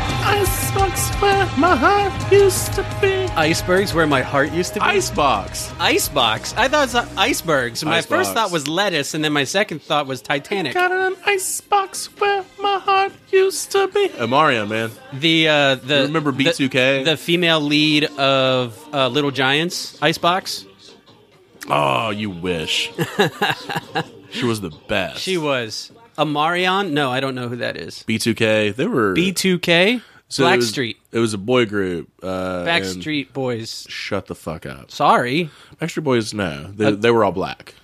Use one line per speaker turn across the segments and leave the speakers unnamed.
Icebox where my heart used to be.
Icebergs where my heart used to be.
Icebox.
Icebox. I thought it was icebergs. My
Icebox.
first thought was lettuce, and then my second thought was Titanic.
Got an icebox where my heart used to be. Amaria, man.
The uh, the
Remember
the-
B2K?
the, female lead of uh, Little Giants, Icebox.
Oh, you wish. she was the best.
She was Amarion. No, I don't know who that is.
B2K. They were
B2K,
so it was-
Blackstreet,
It was a boy group. Uh, and
Backstreet Boys.
Shut the fuck up.
Sorry,
Backstreet Boys. No, they, they were all black.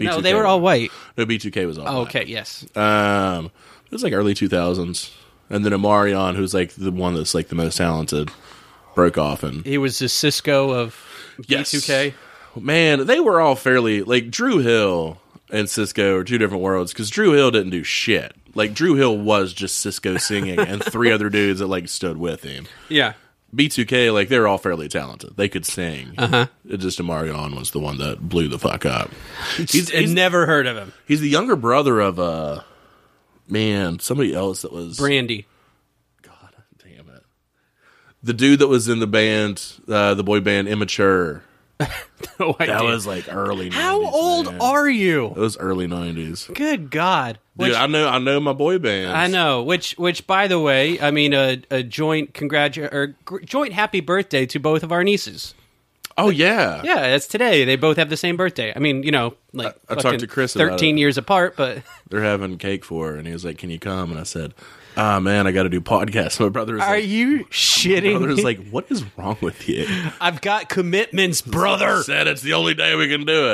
Uh, no,
B2K
they were all white.
No, B2K was all.
Oh,
black.
okay, yes.
Um, it was like early two thousands, and then Amarion, who's like the one that's like the most talented, broke off and
He was the Cisco of
Yes.
B2K.
man, they were all fairly like Drew Hill and Cisco are two different worlds because Drew Hill didn't do shit. Like Drew Hill was just Cisco singing and three other dudes that like stood with him.
Yeah.
B2K, like they're all fairly talented. They could sing. Uh-huh. It just Amarion was the one that blew the fuck up. He's,
He's
he's,
never heard of him.
he's the younger brother of uh man, somebody else that was
Brandy.
God damn it. The dude that was in the band, uh, the boy band Immature.
No idea.
That was like early 90s.
How old
man.
are you?
It was early 90s. Dude,
Good God. Which,
I know I know my boy band.
I know. Which, which, by the way, I mean a, a joint congratu- or gr- joint happy birthday to both of our nieces.
Oh yeah.
Yeah, that's today. They both have the same birthday. I mean, you know, like
I talked
fucking
to Chris about
thirteen
it.
years apart, but
They're having cake for her and he was like, "Can you come?" And I said, "Ah man, I got to do podcasts." My brother was
are
like,
you
my
shitting?
brother was
me?
like, "What is wrong with you?"
I've got commitments, brother.
said it's the only day we can do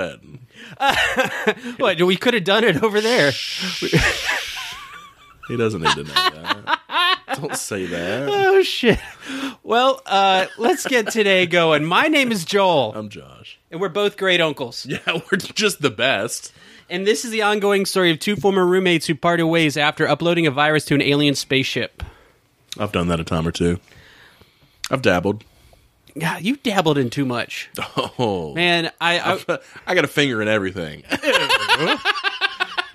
it.
what we could have done it over there.
He doesn't need to know that. Don't say that.
Oh shit. Well, uh, let's get today going. My name is Joel,
I'm Josh.
and we're both great uncles.
Yeah, we're just the best.
And this is the ongoing story of two former roommates who parted ways after uploading a virus to an alien spaceship.
I've done that a time or two. I've dabbled.
Yeah, you dabbled in too much,
Oh
man. I I,
I got a finger in everything.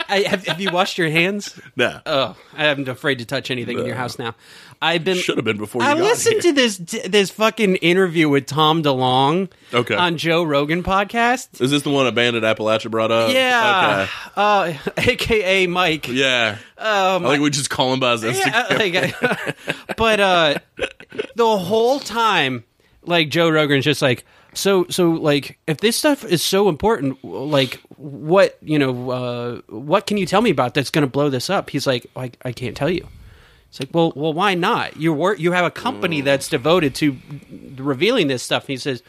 I have, have you washed your hands?
nah,
Oh, I'm afraid to touch anything in your house now. I've been.
should have been before you
I
got
listened
here.
to this this fucking interview with Tom DeLong
Okay.
on Joe Rogan podcast.
Is this the one Abandoned Appalachia brought up?
Yeah, uh, aka Mike.
Okay. Yeah. Um, I think we just call him by his Instagram.
Oh, Yeah, uh, like, but uh, the whole time, like Joe Rogan's just like, so, so, like, if this stuff is so important, like, what you know, uh, what can you tell me about that's going to blow this up? He's like, I, I can't tell you. It's like, well, well, why not? You work, you have a company that's devoted to revealing this stuff. And he says.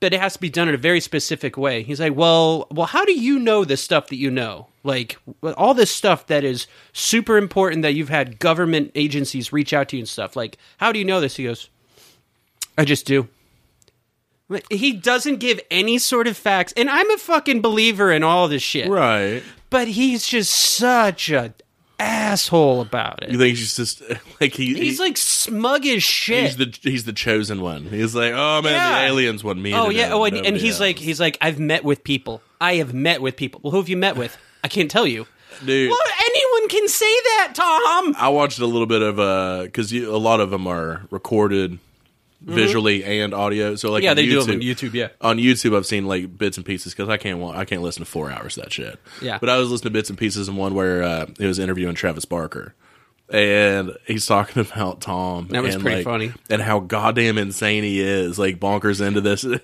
But it has to be done in a very specific way. He's like, well, well, how do you know the stuff that you know? Like well, all this stuff that is super important that you've had government agencies reach out to you and stuff. Like, how do you know this? He goes, I just do. Like, He doesn't give any sort of facts, and I'm a fucking believer in all this shit.
Right.
But he's just such a asshole about
You
it.
think he's just like he,
He's
he-
like smug as shit.
he's the he's the chosen one. He's like, oh man,
Yeah.
the aliens want me.
Oh
to
yeah.
know,
Oh, and, and
nobody
he's like,
else."
he's like, I've met with people. I have met with people. Well, who have you met with? I can't tell you.
dude.
Well, anyone can say that, Tom.
I watched a little bit of uh because a lot of them are recorded visually and audio. So like
Mm-hmm. Yeah,
on
they do
YouTube,
them on YouTube, yeah.
on YouTube I've seen like bits and pieces because I can't wa- I can't listen to four hours of that shit.
Yeah.
but I was listening to bits and pieces in one where uh, it was interviewing Travis Barker. And he's talking about Tom.
That was
and,
pretty
like,
funny.
And how goddamn insane he is, like bonkers into this.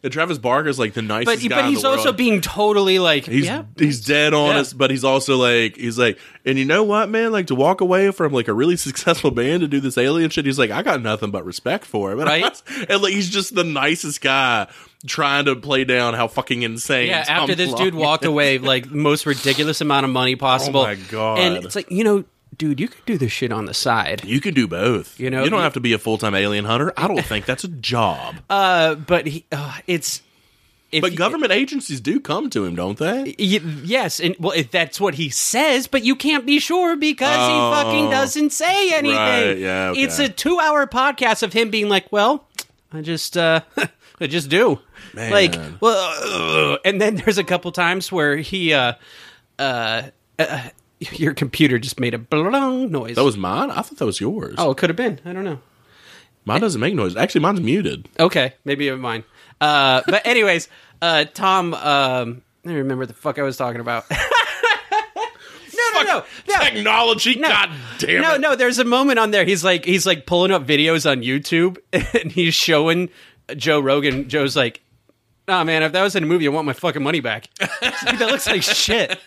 And Travis Barker's like the
But
nicest guy.
but
in
he's
the
also
world.
being totally like,
He's
yeah,
he's dead honest,
Yeah.
but he's also like he's like, and you know what, man? Like to walk away from like a really successful band to do this alien shit. He's like, I got nothing but respect for him, and, I-
Right.
and like he's just the nicest guy trying to play down how fucking insane.
yeah.
Tom
After this
Long
dude walked away, like the most ridiculous amount of money possible.
my God.
And it's like, you know, dude, you could do this shit on the side.
you can do both.
You know,
you don't
you-
have to be a full time alien hunter. I don't think that's a job.
Uh, but he, uh, it's. If
but
you-
government agencies do come to him, don't they?
Y- yes, and well, if that's what he says, but you can't be sure because
Oh.
he fucking doesn't say anything.
Right, yeah, okay.
it's a two-hour podcast of him being like, "Well, I just, uh, I just do."
Man.
Like, well, uh, and then there's a couple times where he, uh, uh, uh, your computer just made a blong noise.
That was mine. I thought that was yours.
oh, it could have been. I don't know.
Mine doesn't make noise. Actually, mine's muted.
Okay, maybe it was mine. Uh, but anyways, uh, Tom. Um, I don't remember what the fuck I was talking about. no, no, no, no.
Technology. God damn
no,
it.
no. There's a moment on there. He's like, he's like pulling up videos on YouTube, and he's showing Joe Rogan. Joe's like, "Nah, man, if that was in a movie, I want my fucking money back. It's like, that looks like shit."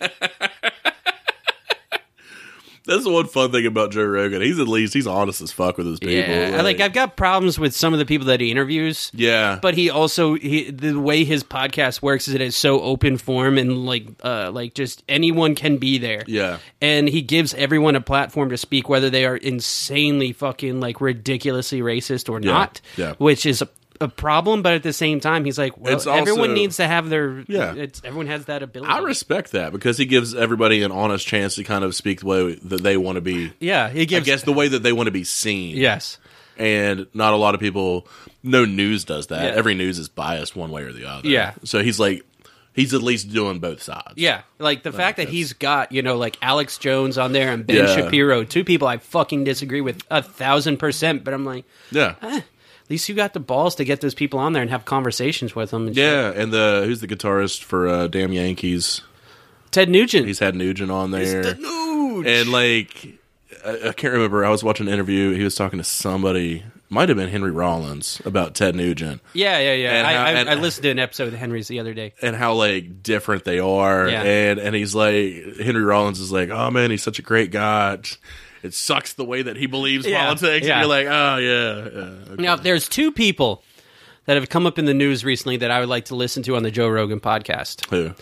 That's the one fun thing about Joe Rogan. He's at least he's honest as fuck with his people.
Yeah, like I've got problems with some of the people that he interviews.
yeah,
but he also he, the way his podcast works is it is so open form and like uh like just anyone can be there
Yeah.
and he gives everyone a platform to speak whether they are insanely fucking like ridiculously racist or not
yeah.
which is a, a problem but at the same time he's like well
It's also-
everyone needs to have their
Yeah.
it's everyone has that ability
I respect that because he gives everybody an honest chance to kind of speak the way that they want to be.
yeah he
I
gives
guess the way that they want to be seen.
yes
and not a lot of people no news does that
Yeah.
every news is biased one way or the other
Yeah.
so he's like he's at least doing both sides
Yeah, like
Oh,
the fact that he's got you know like Alex Jones on there and Ben
Yeah.
Shapiro, two people I fucking disagree with a thousand percent. But I'm like,
yeah
eh, at least you got the balls to get those people on there and have conversations with them. And shit.
yeah and the who's the guitarist for uh, damn yankees
Ted Nugent.
he's had nugent on there and like I, I can't remember i was watching an interview he was talking to somebody might have been henry rollins about ted nugent
yeah, yeah, yeah.
And
I,
how-
I,
and-
I listened to an episode of the Henrys the other day.
and how like different they are
Yeah.
and and he's like henry rollins is like oh man he's such a great guy it sucks the way that he believes
Yeah,
politics and
yeah.
you're like oh yeah, yeah okay."
Now, if there's two people that have come up in the news recently that I would like to listen to on the Joe Rogan podcast.
Who?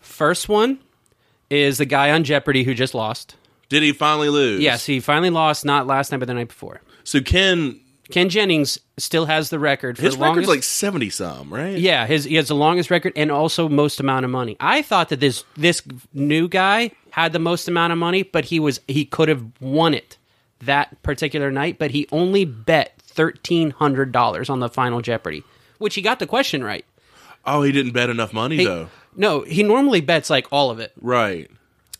First one is the guy on Jeopardy who just lost.
Did he finally lose?
Yes, he finally lost, not last night, but the night before.
So Ken,
Ken Jennings still has the record for
his
the
record's
longest.
like seventy some, right?
yeah, his he has the longest record and also most amount of money. I thought that this this new guy had the most amount of money, but he was he could have won it that particular night, but he only bet thirteen hundred dollars on the final Jeopardy, which he got the question right.
Oh, he didn't bet enough money though.
No, he normally bets like all of it.
Right.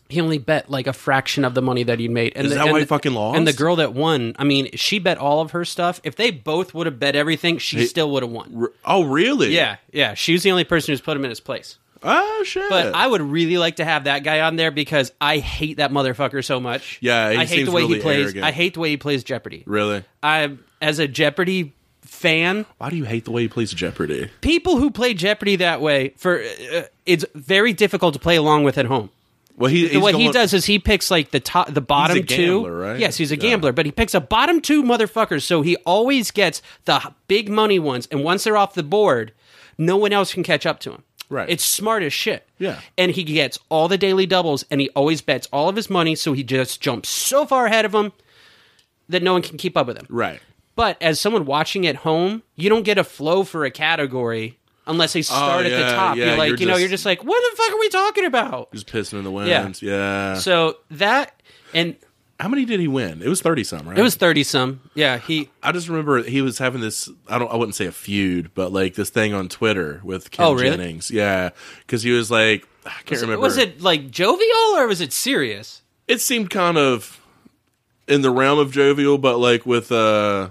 He only bet like a fraction of the money that he made. And
Is
the,
that
and
why he
the-
fucking lost?
And the girl that won, I mean, she bet all of her stuff. If they both would have bet everything, she still would have won.
R- oh, really?
Yeah, yeah. She was the only person who's put him in his place.
Oh shit.
But I would really like to have that guy on there because I hate that motherfucker so much.
Yeah, he
I hate
seems
the way
really
he plays.
arrogant.
I hate the way he plays Jeopardy.
really.
I, as a Jeopardy fan,
Why do you hate the way he plays Jeopardy?
people who play Jeopardy that way for uh, it's very difficult to play along with at home.
Well, he he's
what
the
he
one-
does is he picks like the top, the bottom
a gambler,
two.
right?
Yes, he's a
Yeah.
gambler, but he picks a bottom two motherfuckers. So he always gets the h- big money ones, and once they're off the board, no one else can catch up to him.
Right.
It's smart as shit.
Yeah.
And he gets all the daily doubles, and he always bets all of his money, so he just jumps so far ahead of him that no one can keep up with him.
Right.
But as someone watching at home, you don't get a flow for a category unless they start at
Oh, yeah,
the top.
yeah,
you're like,
you're
you know,
just-
you're just like, what the fuck are we talking about?
Just pissing in the wind. Yeah.
So that and
How many did he win? It was thirty some, right?
it was thirty some. Yeah, he.
I just remember he was having this. I don't. I wouldn't say a feud, but like this thing on Twitter with Ken
Oh, really?
Jennings. Yeah, because he was like, I can't remember.
Was it like jovial or was it serious?
it seemed kind of in the realm of jovial, but like with uh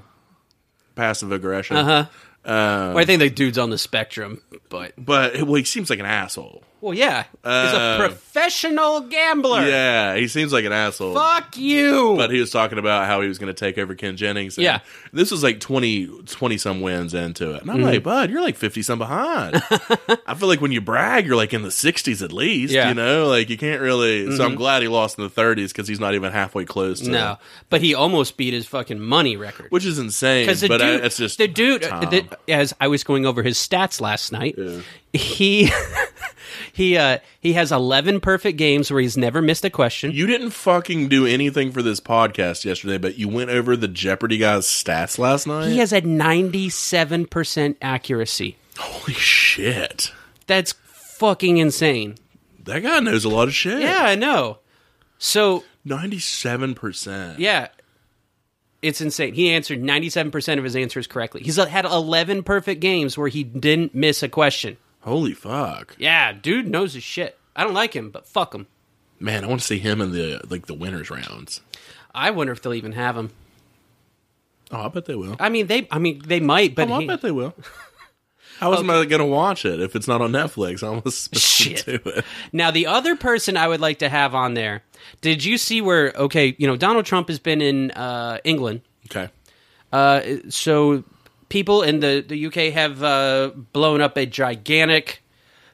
passive aggression.
Uh-huh. Well, I think the dude's on the spectrum, but
But well, he seems like an asshole.
well, yeah, he's a
Uh,
professional gambler.
Yeah, he seems like an asshole.
Fuck you.
But he was talking about how he was going to take over Ken Jennings. and
Yeah.
this was like 20, 20 some wins into it, and
Mm-hmm.
I'm like, bud, you're like fifty some behind. I feel like when you brag, you're like in the sixties at least.
Yeah. Mm-hmm.
you know, like you can't really. So I'm glad he lost in the thirties because he's not even halfway close. to
no, but he almost beat his fucking money record.
which is insane.
Because the
but
dude,
I, it's just
the dude. uh,
Tom.
the- as I was going over his stats last night, he he uh, he has eleven perfect games where he's never missed a question.
You didn't fucking do anything for this podcast yesterday, but you went over the Jeopardy guy's stats last night.
He has a 97% accuracy.
Holy shit.
That's fucking insane.
That guy knows a lot of shit.
Yeah, I know. So,
97%.
yeah, it's insane. He answered 97% of his answers correctly. He's had 11 perfect games where he didn't miss a question.
Holy fuck.
Yeah, dude knows his shit. I don't like him, but fuck him.
Man, I want to see him in the like the winners rounds.
I wonder if they'll even have him.
Oh, I bet they will.
I mean, they. I mean, they might, but
Oh, I
he-
bet they will. How was I going to watch it if it's not on Netflix? I was supposed
Shit.
to do it.
Now, the other person I would like to have on there. Did you see where? Okay, you know Donald Trump has been in uh, England,
Okay.
uh, so people in the the UK have uh, blown up a gigantic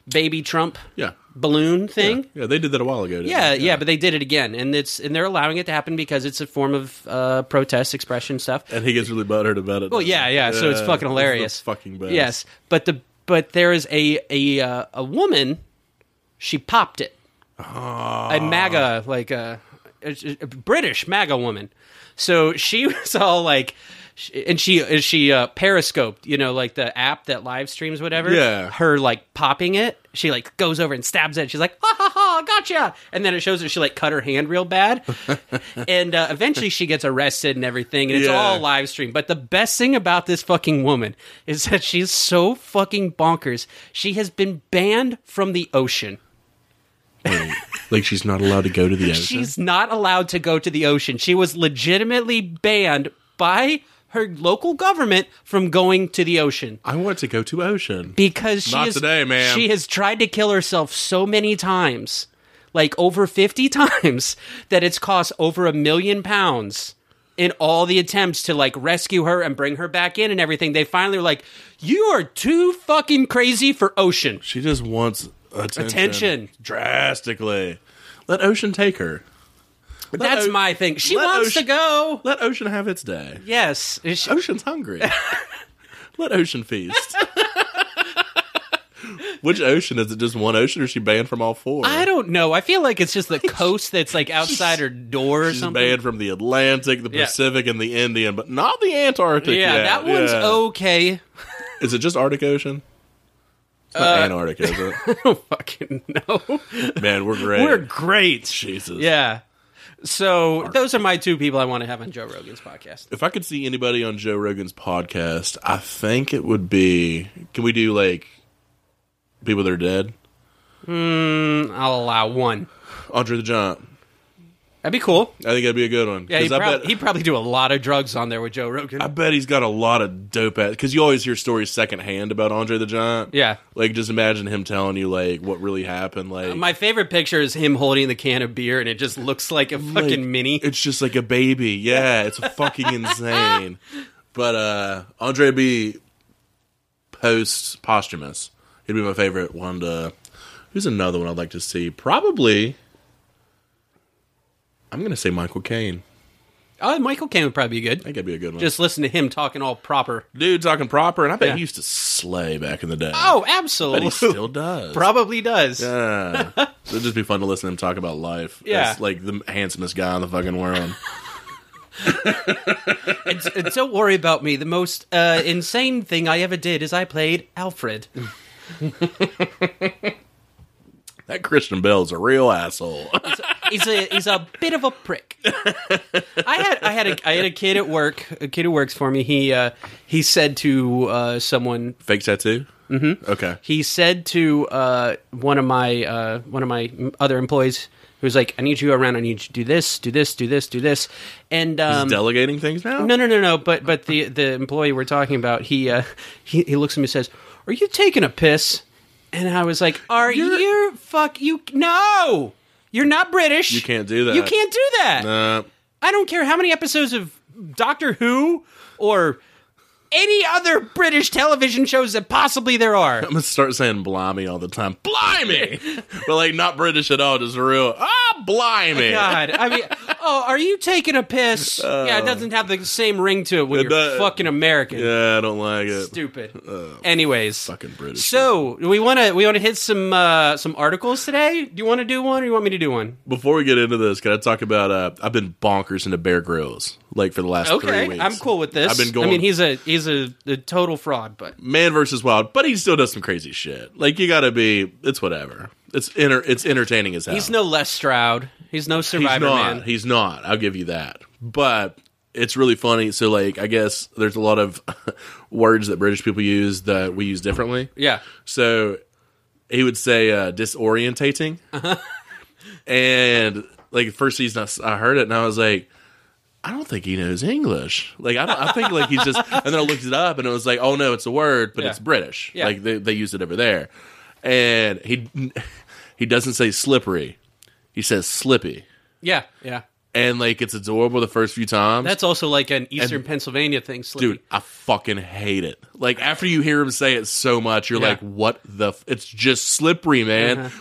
baby Trump
Yeah.
balloon thing.
Yeah, they did that a while ago. didn't
Yeah. yeah,
they?
but they did it again, and it's and they're allowing it to happen because it's a form of uh, protest, expression, stuff.
and he gets really butthurt about it.
Well, yeah, yeah. So it's fucking
the
hilarious.
fucking best.
Yes, but the but there is a a uh, a woman. She popped it.
Ah.
A MAGA like a, a, a British MAGA woman. So she was all like. sh- And she and she uh, periscoped, you know, like the app that live streams whatever.
Yeah.
Her like popping it, she like goes over and stabs it. She's like, ha ha ha, gotcha! And then it shows that she like cut her hand real bad, and uh, eventually she gets arrested and everything. And it's
Yeah.
all live stream. But the best thing about this fucking woman is that she's so fucking bonkers. She has been banned from the ocean.
Like she's not allowed to go to the ocean.
She's not allowed to go to the ocean. She was legitimately banned by her local government from going to the ocean.
I want to go to ocean.
because she
Not
is,
today, ma'am.
She has tried to kill herself so many times, like over fifty times, that it's cost over a million pounds in all the attempts to like rescue her and bring her back in and everything. They finally were like, "You are too fucking crazy for ocean."
She just wants attention.
Attention.
Drastically. Let ocean take her. Let
That's
O-
my thing. She
let
wants
Ocean-
to go.
Let ocean have its day.
Yes, Is she-
Ocean's hungry. Let ocean feast. Which ocean is it? Just one ocean, or is she banned from all four?
I don't know. I feel like it's just the coast that's like outside her door or
She's
something.
banned from the Atlantic, the
Yeah.
Pacific, and the Indian, but not the Antarctic.
Yeah,
yet.
that one's
Yeah.
okay.
Is it just Arctic Ocean? It's not
Uh,
Antarctic, is
I don't fucking know.
it? Man, we're great.
We're great.
Jesus.
Yeah. So those are my two people I want to have on Joe Rogan's podcast.
If I could see anybody on Joe Rogan's podcast, I think it would be. Can we do like people that are dead?
I'll allow one.
Andre the Giant.
That'd be cool.
I think that'd be a good one.
Yeah,
'Cause
he'd,
I
prob-
bet
he'd probably do a lot of drugs on there with Joe Rogan.
I bet he's got a lot of dope ass. Because you always hear stories secondhand about Andre the Giant.
Yeah.
Like just imagine him telling you like what really happened. Like
My favorite picture is him holding the can of beer, and it just looks like a fucking
Like,
mini.
It's just like a baby. Yeah, it's fucking insane. But uh Andre B post posthumous. He'd be my favorite one to who's another one I'd like to see? Probably I'm gonna say Michael Caine.
Oh, Michael Caine would probably be
I
good.
think that'd be a good one.
Just listen to him talking all proper.
dude talking proper, and I bet
Yeah.
he used to slay back in the day.
Oh,
but he
absolutely.
still does.
Probably does.
Yeah. so it'd just be fun to listen to him talk about life.
Yeah.
That's like the handsomest guy in the fucking world.
And, and don't worry about me. The most uh, insane thing I ever did is I played Alfred.
that Christian Bell's a real asshole.
he's a he's a bit of a prick. I had I had a I had a kid at work, a kid who works for me. He uh, he said to uh, someone,
Fake tattoo? Mm-hmm. Okay.
he said to uh, one of my uh, one of my other employees who was like, "I need you around. I need you to do this, do this, do this, do this." And um,
Delegating things now?
no, no, no, no. But but the the employee we're talking about, he uh, he he looks at me and says, "Are you taking a piss?" And I was like, "Are
You're-
you fuck you? No, you're not British.
You can't do that.
You can't do that.
Uh,
I don't care how many episodes of Doctor Who or any other British television shows that possibly there are.
I'm going to start saying blimey all the time. Blimey! but like not British at all, just real. Ah, blimey!
God, I mean, oh, are you taking a piss? yeah, it doesn't have the same ring to it when you're
Uh, does-
fucking American.
Yeah, Uh, I don't like it.
Stupid. Anyways,
Fucking British.
so we want to we want to hit some uh, some articles today. Do you want to do one, or you want me to do one?
Before we get into this, can I talk about? Uh, I've been bonkers into Bear Grylls like for the last three
Okay,
weeks.
I'm cool with this.
I've been going-
I mean, he's a he's a, a total fraud, but
man versus wild, but he still does some crazy shit. Like you gotta be, it's whatever. It's enter, it's entertaining as hell.
he's no less Stroud. He's no
He's
Survivor
not.
man.
He's not. I'll give you that. But it's really funny. So like, I guess there's a lot of words that British people use that we use differently.
Yeah.
So he would say uh, disorientating. and like first season, I s- I, heard it and I was like, I don't think he knows English. Like I, don't, I think like he's just. And then I looked it up and it was like, oh no, it's a word, but
Yeah.
it's British.
Yeah.
Like they they use it over there, and he he doesn't say slippery, he says slippy,
Yeah, yeah.
and like it's adorable the first few times.
That's also like an Eastern Pennsylvania thing, Slippy.
Dude, I fucking hate it. Like after you hear him say it so much, you're
Yeah.
like, "What the?" F-? It's just slippery, man.
Uh-huh.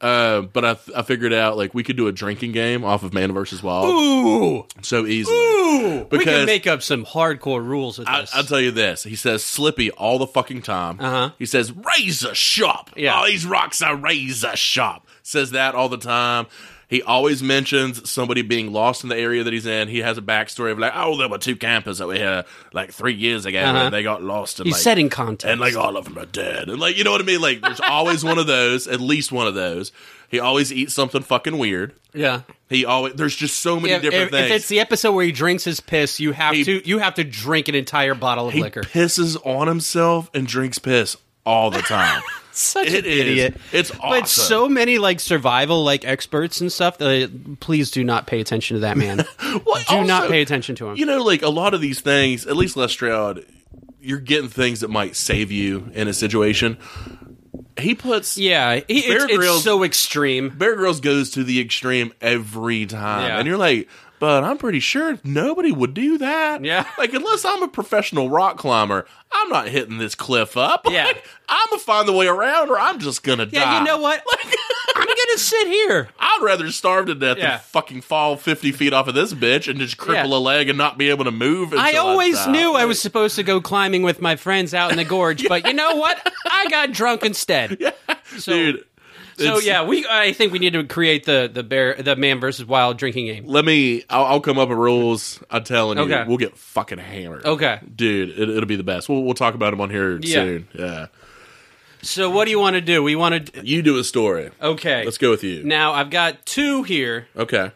Uh, but I, I figured out like we could do a drinking game off of Man versus Wild
Ooh,
so easily.
ooh. we
Because-
can make up some hardcore rules with
I,
this.
I'll tell you this: he says "slippy" all the fucking time.
Uh-huh.
He says "razor sharp."
Yeah.
all these rocks are razor sharp. Says that all the time. He always mentions somebody being lost in the area that he's in. He has a backstory of like, "Oh, there were two campers that were here like three years ago,
Uh-huh.
and they got lost." And
He's
like,
setting context.
and like all of them are dead. And like you know what I mean? Like there's always one of those, at least one of those. He always eats something fucking weird.
yeah.
He always there's just so many
If,
different
if- if
things.
it's the episode where he drinks his piss, you have
He-
to you have to drink an entire bottle of
he
liquor.
pisses on himself and drinks piss all the time.
Such
It
an
is.
idiot.
It's
But
awesome.
so many like survival like experts and stuff. That, please do not pay attention to that man.
Well,
do not
also,
pay attention to him.
You know, like a lot of these things, at least Les Stroud, you're getting things that might save you in a situation. He puts
yeah, he, it's,
Bear
it's
Grylls-
so extreme.
Bear Grylls goes to the extreme every time,
Yeah.
and you're like, but I'm pretty sure nobody would do that.
Yeah.
like unless I'm a professional rock climber, I'm not hitting this cliff up.
Yeah.
Like, I'm gonna find the way around, or I'm just gonna die.
Yeah, you know what? Ah. I'm gonna sit here.
I'd rather starve to death
Yeah.
than fucking fall 50 feet off of this bitch and just cripple
Yeah.
a leg and not be able to move.
I
until
always
die.
knew I was supposed to go climbing with my friends out in the gorge, but you know what? I got drunk instead. So,
dude.
so
it's-
yeah, we I think we need to create the the bear the man versus wild drinking game.
Let me. I'll, I'll come up with rules. I'm telling you,
Okay.
we'll get fucking hammered.
Okay.
dude, it, it'll be the best. We'll we'll talk about them on here
Yeah.
soon. Yeah,
So what do you want to do? We want to
you do a story.
okay.
Let's go with you.
Now I've got two here.
okay.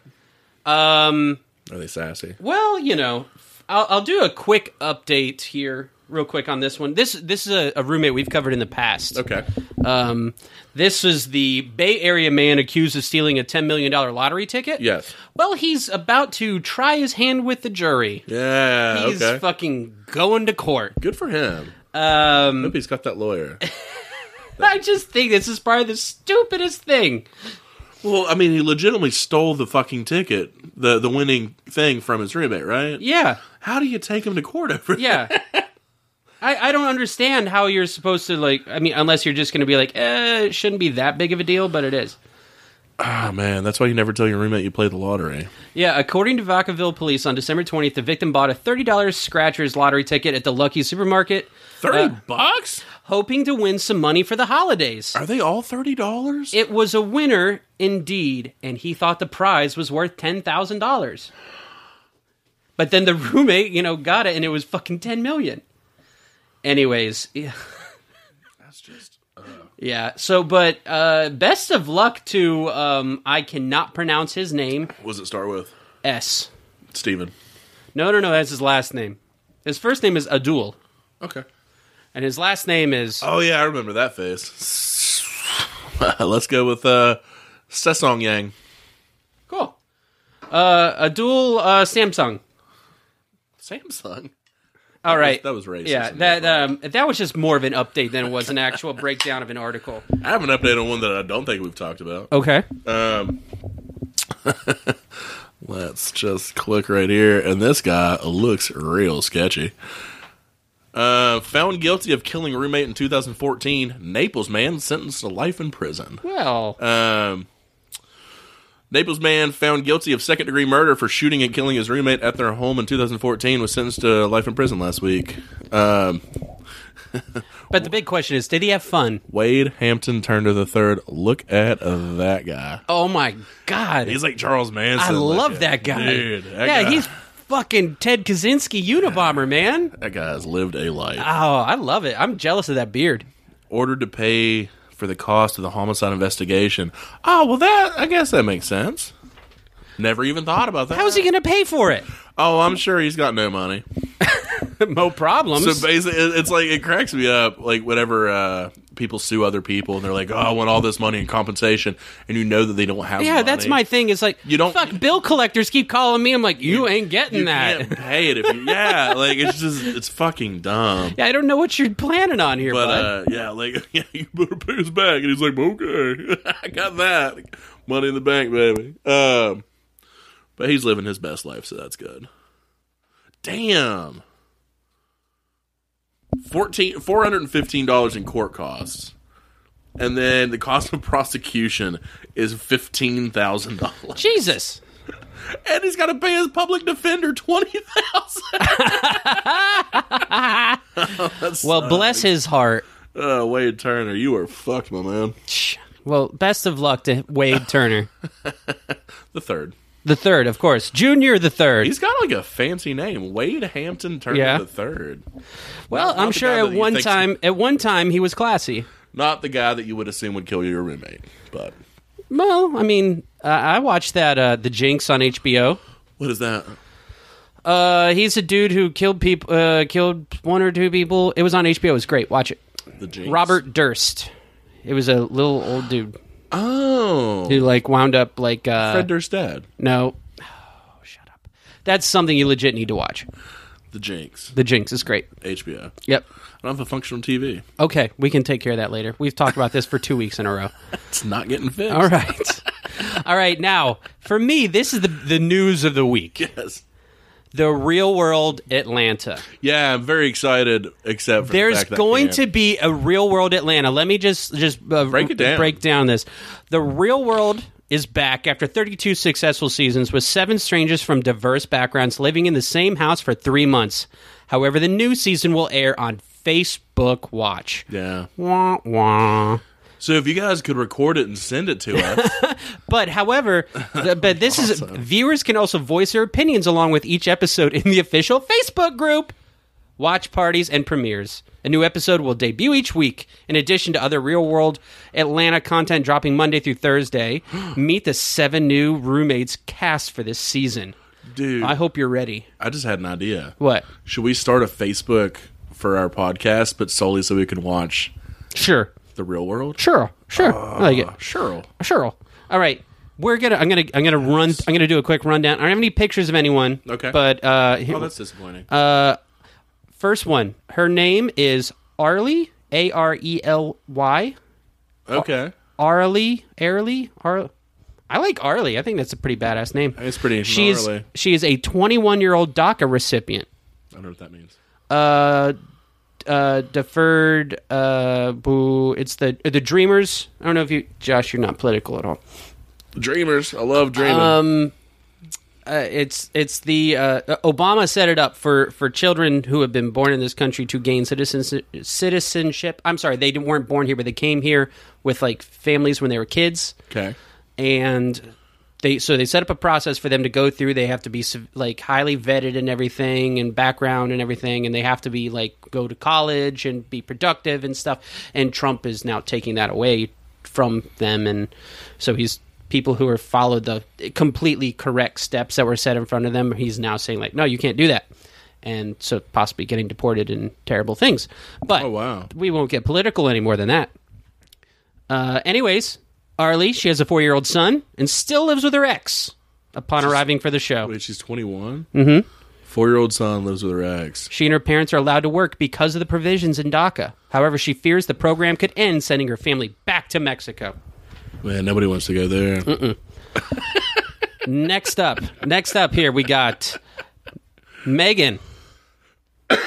Um,
Are they sassy?
well, you know, I'll, I'll do a quick update here, real quick on this one. This this is a, a roommate we've covered in the past.
Okay.
Um, this is the Bay Area man accused of stealing a ten million dollar lottery ticket.
Yes.
Well, he's about to try his hand with the jury.
Yeah.
He's
okay.
fucking going to court.
Good for him.
Um,
Hope he's got that lawyer.
I just think this is probably the stupidest thing.
well, I mean, he legitimately stole the fucking ticket, the the winning thing from his roommate, right?
Yeah,
How do you take him to court over?
yeah. I, I don't understand how you're supposed to like. I mean, unless you're just going to be like, eh, it shouldn't be that big of a deal, but it is.
Oh man, that's why you never tell your roommate you play the lottery.
Yeah, according to Vacaville police, on December 20th, the victim bought a $30 scratchers lottery ticket at the Lucky supermarket,
Thirty bucks?
hoping to win some money for the holidays.
Are they all thirty dollars?
It was a winner indeed, and he thought the prize was worth ten thousand dollars. But then the roommate, you know, got it, and it was fucking ten million. Anyways, yeah,
That's just.
yeah. So, but uh, best of luck to um, I cannot pronounce his name.
What does it start with?
S.
Steven.
No, no, no. That's his last name. His first name is Adul,
Okay.
and his last name is
Oh yeah, I remember that face. Let's go with uh, Sesong Yang.
cool. Uh, Adul uh, Samsung.
Samsung.
All right,
that was racist
Yeah,
and
that um, that was just more of an update than it was an actual breakdown of an article.
I have an update on one that I don't think we've talked about.
Okay.
Let's just click right here, and this guy looks real sketchy. Uh, found guilty of killing roommate in 2014, Naples man sentenced to life in prison.
Well,
Um, Naples man found guilty of second degree murder for shooting and killing his roommate at their home in 2014 was sentenced to life in prison last week. Um,
but the big question is, did he have fun?
Wade Hampton Turner III. Look at that guy.
Oh my god,
He's like Charles
I
Manson.
love
looking.
that guy.
Dude, that
yeah,
guy,
he's fucking Ted Kaczynski Unabomber man.
that guy has lived a life.
Oh, I love it. I'm jealous of that beard.
Ordered to pay for the cost of the homicide investigation. Oh well, that I guess that makes sense. Never even thought about that.
How's he going to pay for it?
oh, I'm sure he's got no money.
no problems.
So basically, it- it's like it cracks me up. Like whenever uh, people sue other people and they're like, "Oh, I want all this money in compensation," and you know that they don't have.
Yeah,
money.
that's my thing. It's like
You don't-
fuck bill collectors keep calling me. I'm like, you, ain't getting
You
that.
can't pay it if you. Yeah, like it's just it's fucking dumb.
Yeah, I don't know what you're planning on here,
But
bud.
uh, yeah, like yeah, you better pay us back. And he's like, okay, I got that money in the bank, baby. Um, but he's living his best life, so that's good. Damn, fourteen four hundred and fifteen dollars in court costs, and then the cost of prosecution is fifteen thousand dollars,
Jesus.
and he's got to pay his public defender twenty thousand.
Well, bless
uh,
his heart.
Oh, Wade Turner, you are fucked, my man.
Shh. Well, best of luck to Wade Turner.
The third.
The third, of course. Junior the third.
He's got like a fancy name, Wade Hampton Turner
Yeah.
the third.
Well,
not
I'm
the
sure
guy
at
that you
one
think's-
time at one time he was classy.
Not the guy that you would assume would kill your roommate, but
Well, I mean, uh, I watched that uh, The Jinx on HBO.
what is that?
Uh, he's a dude who killed people, uh, killed one or two people. It was on HBO. It was great. Watch it.
The Jinx.
Robert Durst. It was a little old dude
Oh,
who like wound up like uh,
Fred Durst dad.
no. Oh, shut up. That's something you legit need to watch.
The Jinx.
The Jinx is great.
HBO.
Yep.
I don't have a functional TV.
Okay, we can take care of that later. We've talked about this for two weeks in a row.
It's not getting fixed.
All right. All right, now, for me, this is the, the news of the week.
Yes.
The real world Atlanta.
Yeah, I'm very excited. Except for the
There's
fact that
going
Cam-
to be a real world Atlanta. Let me just just uh,
Break it down.
break down this. The real world is back after 32 successful seasons with seven strangers from diverse backgrounds living in the same house for 3 months. However, the new season will air on Facebook Watch.
Yeah.
Wah, wah.
So if you guys could record it and send it to us,
But however, the, but this is viewers can also voice their opinions along with each episode in the official Facebook group, watch parties, and premieres. A new episode will debut each week. In addition to other real world Atlanta content dropping Monday through Thursday, meet the seven new roommates cast for this season.
dude,
I hope you're ready.
I just had an idea.
What?
Should we start a Facebook for our podcast, but solely so we can watch
Sure,
the real world? Oh,
sure, sure.
Uh,
I like it.
Sure.
Sure. All right. We're gonna. I'm gonna. I'm gonna run. I'm gonna do a quick rundown. I don't have any pictures of anyone.
Okay.
But uh,
Oh, that's disappointing.
First one. Her name is Arlie. A R E L Y.
okay.
Arlie. Arlie. Ar- I like Arlie. I think that's a pretty badass name.
It's pretty
She is
gnarly.
she is a 21 year old DACA recipient.
I don't know what that means.
Uh, uh, deferred. Uh, boo. It's the the Dreamers. I don't know if you, Josh, you're not political at all.
Dreamers. I love dreaming.
Um, uh, it's it's the uh, Obama set it up for for children who have been born in this country to gain citizen citizenship. I'm sorry, they didn't- weren't born here, but they came here with like families when they were kids,
okay.
and they so they set up a process for them to go through. They have to be sev- like highly vetted and everything, and background and everything, and they have to be like go to college and be productive and stuff. And Trump is now taking that away from them, and so he's people who have followed the completely correct steps that were set in front of them. He's now saying like, no, you can't do that. And so possibly getting deported and terrible things. But
Oh, wow.
we won't get political any more than that. Uh, anyways, Arlie, she has a four year old son and still lives with her ex upon arriving for the show.
Wait, she's 21? Mm-hmm. Four-year-old son lives with her ex.
She and her parents are allowed to work because of the provisions in DACA. However, she fears the program could end, sending her family back to Mexico.
Man, nobody wants to go there.
Next up, next up here, we got Megan.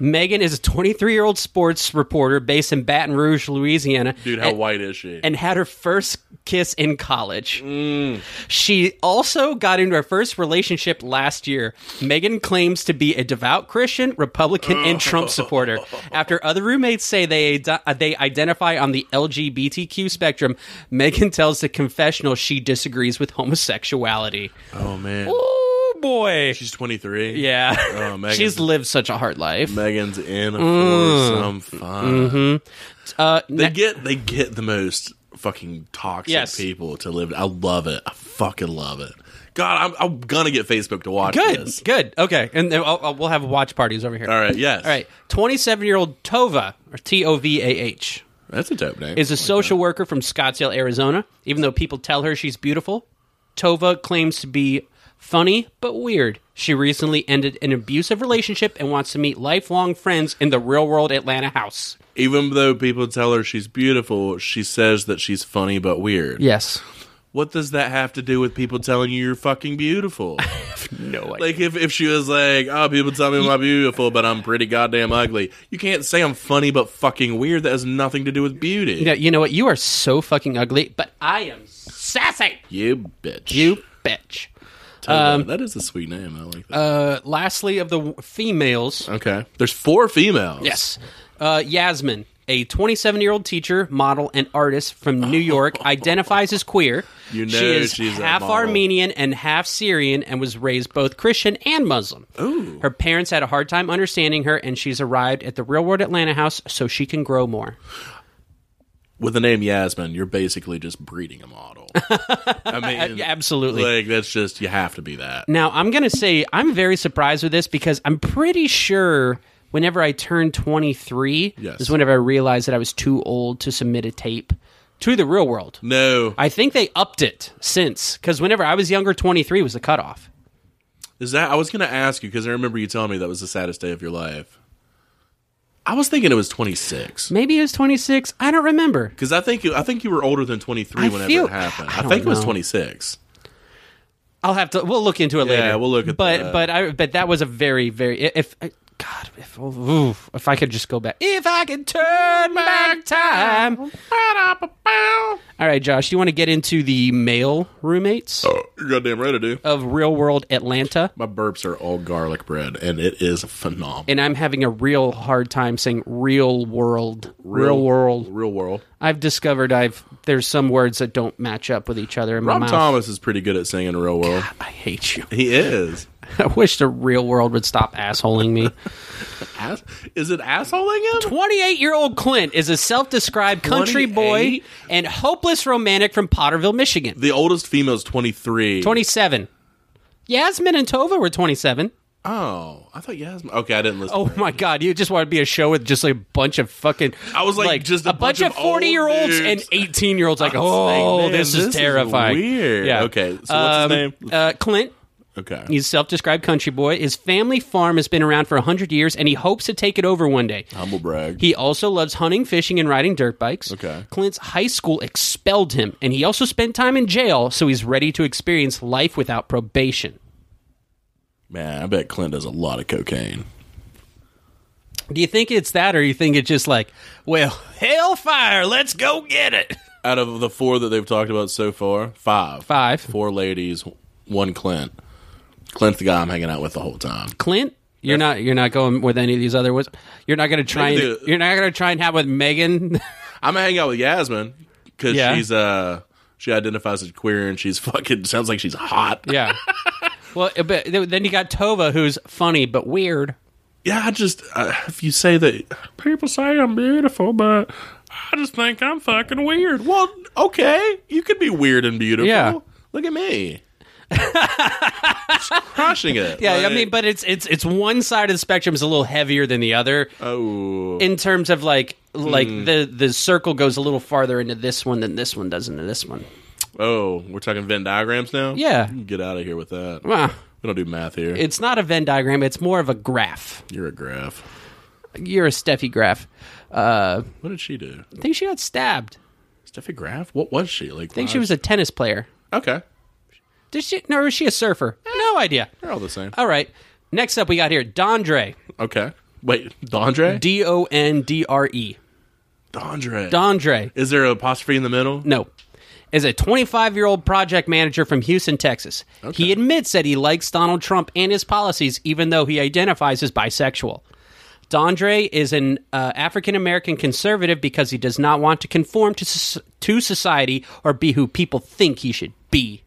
Megan is a 23 year old sports reporter based in Baton Rouge, Louisiana.
Dude, how white is she?
and had her first kiss in college. She also got into her first relationship last year. Megan claims to be a devout Christian, Republican, and Trump supporter. After other roommates say they ad- uh, they identify on the LGBTQ spectrum, Megan tells the confessional she disagrees with homosexuality.
oh, man.
Oh boy.
She's 23?
Yeah.
Oh, Megan's,
She's lived such a hard life.
Megan's in for some fun.
Uh,
They
ne-
get they get the most fucking toxic
Yes.
people to live. I love it. I fucking love it. God, I'm, I'm gonna get Facebook to watch
good,
this.
good. Okay. And then I'll, I'll- we'll have watch parties over here.
All right. Yes.
All right, 27 year old Tova, or T O V A H.
That's a dope name.
is a social worker from Scottsdale, Arizona. Even though people tell her she's beautiful, Tova claims to be funny but weird. She recently ended an abusive relationship and wants to meet lifelong friends in the real world Atlanta house.
Even though people tell her she's beautiful, she says that she's funny but weird.
Yes.
What does that have to do with people telling you you're fucking beautiful?
No idea.
like if, if she was like, oh, people tell me I'm beautiful, but I'm pretty goddamn ugly. You can't say I'm funny but fucking weird. That has nothing to do with beauty.
Yeah, you know what? You are so fucking ugly, but I am sassy.
You bitch.
You um, bitch.
Tell you that. that is a sweet name. I like that.
Uh, lastly, of the w- females,
okay. There's four females.
Yes. Uh, Yasmin, a 27 year old teacher, model, and artist from New York, identifies as queer.
You know
she is
she's a
half
model.
Armenian and half Syrian and was raised both Christian and Muslim.
Ooh.
Her parents had a hard time understanding her, and she's arrived at the real world Atlanta house so she can grow more.
With the name Yasmin, you're basically just breeding a model. I mean,
Yeah, absolutely.
Like that's just you have to be that.
Now, I'm going to say I'm very surprised with this because I'm pretty sure whenever I turned 23
Yes.
is whenever I realized that I was too old to submit a tape to the real world.
No,
I think they upped it since because whenever I was younger, 23 was the cutoff.
Is that I was gonna ask you because I remember you telling me that was the saddest day of your life. I was thinking it was 26
Maybe it was 26. I don't remember.
because I think you I think you were older than 23
I
whenever
feel-
it happened.
I
I,
don't
think it was
know.
26.
I'll have to. We'll look into it later.
we'll look at
but,
that.
But I. But that was a very very. If I- God, if oof, if I could just go back. If I could turn back time. All right, Josh. You want to get into the male roommates
Oh, you're goddamn right I do.
of real world Atlanta?
My burps are all garlic bread, and it is phenomenal.
And I'm having a real hard time saying real world. Real, world.
real world.
I've discovered I've there's some words that don't match up with each other in my
Rob
mouth.
Thomas is pretty good at singing real world.
I hate you.
He is.
I wish the real world would stop assholing me.
Ass- is it assholing him?
28 year old Clint is a self described country boy
28?
and hopeless romantic from Potterville, Michigan.
The oldest female is 23.
27. Yasmin and Tova were 27.
Oh, I thought Yasmin. Okay, I didn't listen.
Oh my God, you just want to be a show with just like a bunch of fucking.
I was like, just a bunch of old
year olds and
dudes.
18 year olds. Like,
like,
oh,
man,
this is
this is
terrifying.
weird.
Yeah.
Okay, so what's his
Um,
name?
Uh, Clint.
Okay.
He's a self-described country boy. His family farm has been around for 100 years and he hopes to take it over one day.
Humble brag.
He also loves hunting, fishing and riding dirt bikes.
Okay.
Clint's high school expelled him and he also spent time in jail, so he's ready to experience life without probation.
Man, I bet Clint does a lot of cocaine.
Do you think it's that or you think it's just like, well, hellfire, let's go get it.
Out of the four that they've talked about so far, five.
Five.
Four ladies, one Clint. Clint's the guy I'm hanging out with the whole time.
Clint, you're not you're not going with any of these other ones. You're not going to try and,
Maybe the-
you're not going to try and have with Megan.
I'm gonna hang out with Yasmin because
Yeah.
she's uh she identifies as queer and she's fucking sounds like she's hot. Yeah,
Yeah. well, uh, but th- then you got Tova, who's funny but weird.
I just uh, if you say that people say I'm beautiful, but I just think I'm fucking weird. Well, okay, you could be weird and beautiful.
Yeah.
look at me. Just crushing it.
Yeah, I
Like,
mean, but it's it's it's one side of the spectrum is a little heavier than the other
oh,
in terms of like like the the circle goes a little farther into this one than this one does into this one.
Oh, we're talking Venn diagrams now?
Yeah.
You can Get out of here with that.
Well,
We don't do math here.
it's not a Venn diagram; it's more of a graph.
You're a graph.
You're a Steffi graph. Uh,
What did she do?
I think she got stabbed.
Steffi Graf? What was she? Like,
I think she was a tennis player.
Okay.
Did she? No, was she a surfer? No idea.
They're all the same.
All right. Next up, we got here Dondre.
Okay. Wait, Dondre?
D O N D R E.
Dondre.
Dondre.
Is there an apostrophe in the middle?
No. Is a 25 year old project manager from Houston, Texas. He admits that he likes Donald Trump and his policies, even though he identifies as bisexual. Dondre is an uh, African American conservative because he does not want to conform to, soc- to society or be who people think he should be.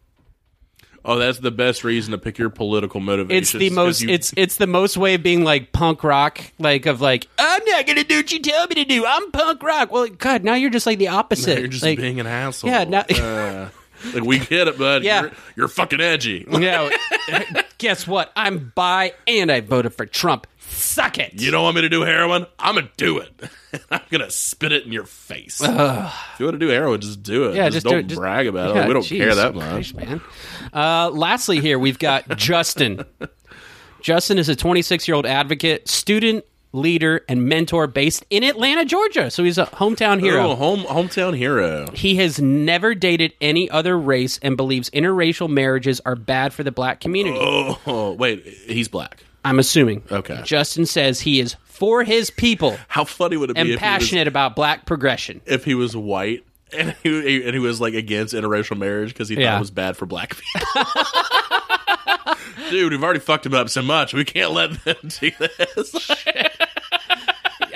Oh, that's the best reason to pick your political motivation.
It's the most. It's it's the most way of being like punk rock, like of like I'm not gonna do what you tell me to do. I'm punk rock. Well, God, now you're just like the opposite.
You're just
Like,
being an asshole.
Yeah, not-
Uh, like, we get it, bud.
Yeah.
You're, you're fucking edgy.
No. Guess what? I'm bi and I voted for Trump. Suck it.
You don't want me to do heroin? I'm gonna do it. I'm gonna spit it in your face. If you want to do heroin, just do it.
Yeah,
just,
just do
don't
it. Just-
brag about it.
Yeah,
Like, we don't
jeez
care that
Christ,
much.
man. Uh, lastly, here we've got Justin. Justin is a 26 year old advocate, student leader, and mentor based in Atlanta, Georgia. So he's a hometown hero.
Oh, home hometown hero.
He has never dated any other race and believes interracial marriages are bad for the black community.
Oh, oh, wait, he's black.
I'm assuming.
Okay.
Justin says he is for his people
How funny would it be
and
if he was-
passionate about black progression.
if he was white and he and he was like against interracial marriage because he thought
Yeah.
it was bad for black people. Dude, we've already fucked him up so much. We can't let them do this.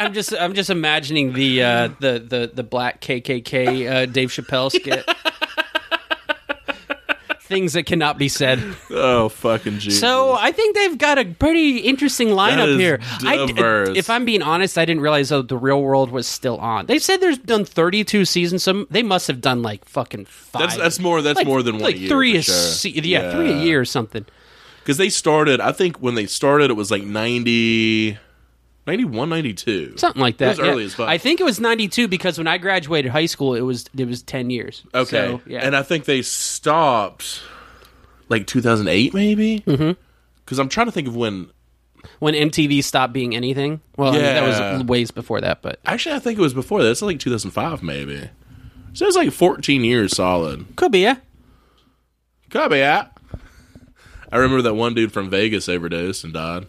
I'm just I'm just imagining the uh, the the the black KKK uh, Dave Chappelle skit. Things that cannot be said.
oh fucking Jesus!
So I think they've got a pretty interesting lineup
is
here. I-
diverse.
if I'm being honest, I didn't realize that the real world was still on. They said there's done 32 seasons. Some they must have done like fucking five.
that's that's more that's
like,
more than one
like
a year,
three
for
a
sure.
se- yeah, three a year or something.
because they started. I think when they started, it was like 90, 91, 92.
something like
It
that.
was early
yeah.
as fuck.
I think it was '92 because when I graduated high school, it was it was ten years.
Okay,
So, yeah.
and I think they stopped like two thousand eight, maybe.
Mm-hmm.
Because I'm trying to think of when
when MTV stopped being anything, well, I mean, that
Yeah.
was ways before that. But
Actually, I think it was before that. It's like 2005, maybe. So it's like 14 years solid.
could be yeah.
Could be that. I remember that one dude from Vegas overdosed and died.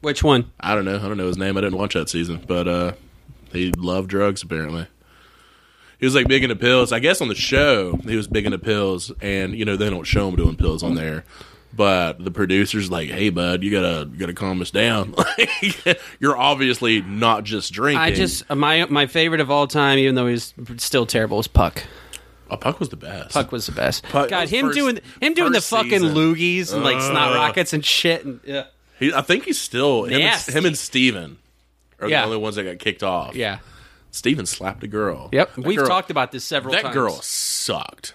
Which one?
I don't know. I don't know his name. I didn't watch that season, but uh, he loved drugs apparently. He was like big into pills. I guess on the show he was big into pills, and you know they don't show him doing pills on there. But the producers like, hey bud, you gotta you gotta calm us down. Like, you're obviously not just drinking.
I just uh, my my favorite of all time, even though he's still terrible, was Puck.
oh, Puck was the best.
Puck was the best.
Puck-
God, him
first-
doing him doing the
first
fucking
season.
loogies and like snot
Ugh.
rockets and shit. And, yeah,
He, I think he's still him and,
Nasty.
him and Steven are
Yeah.
the only ones that got kicked off.
yeah,
Steven slapped a girl.
yep.
That
We've
girl-
talked about this several
That
times.
girl sucked.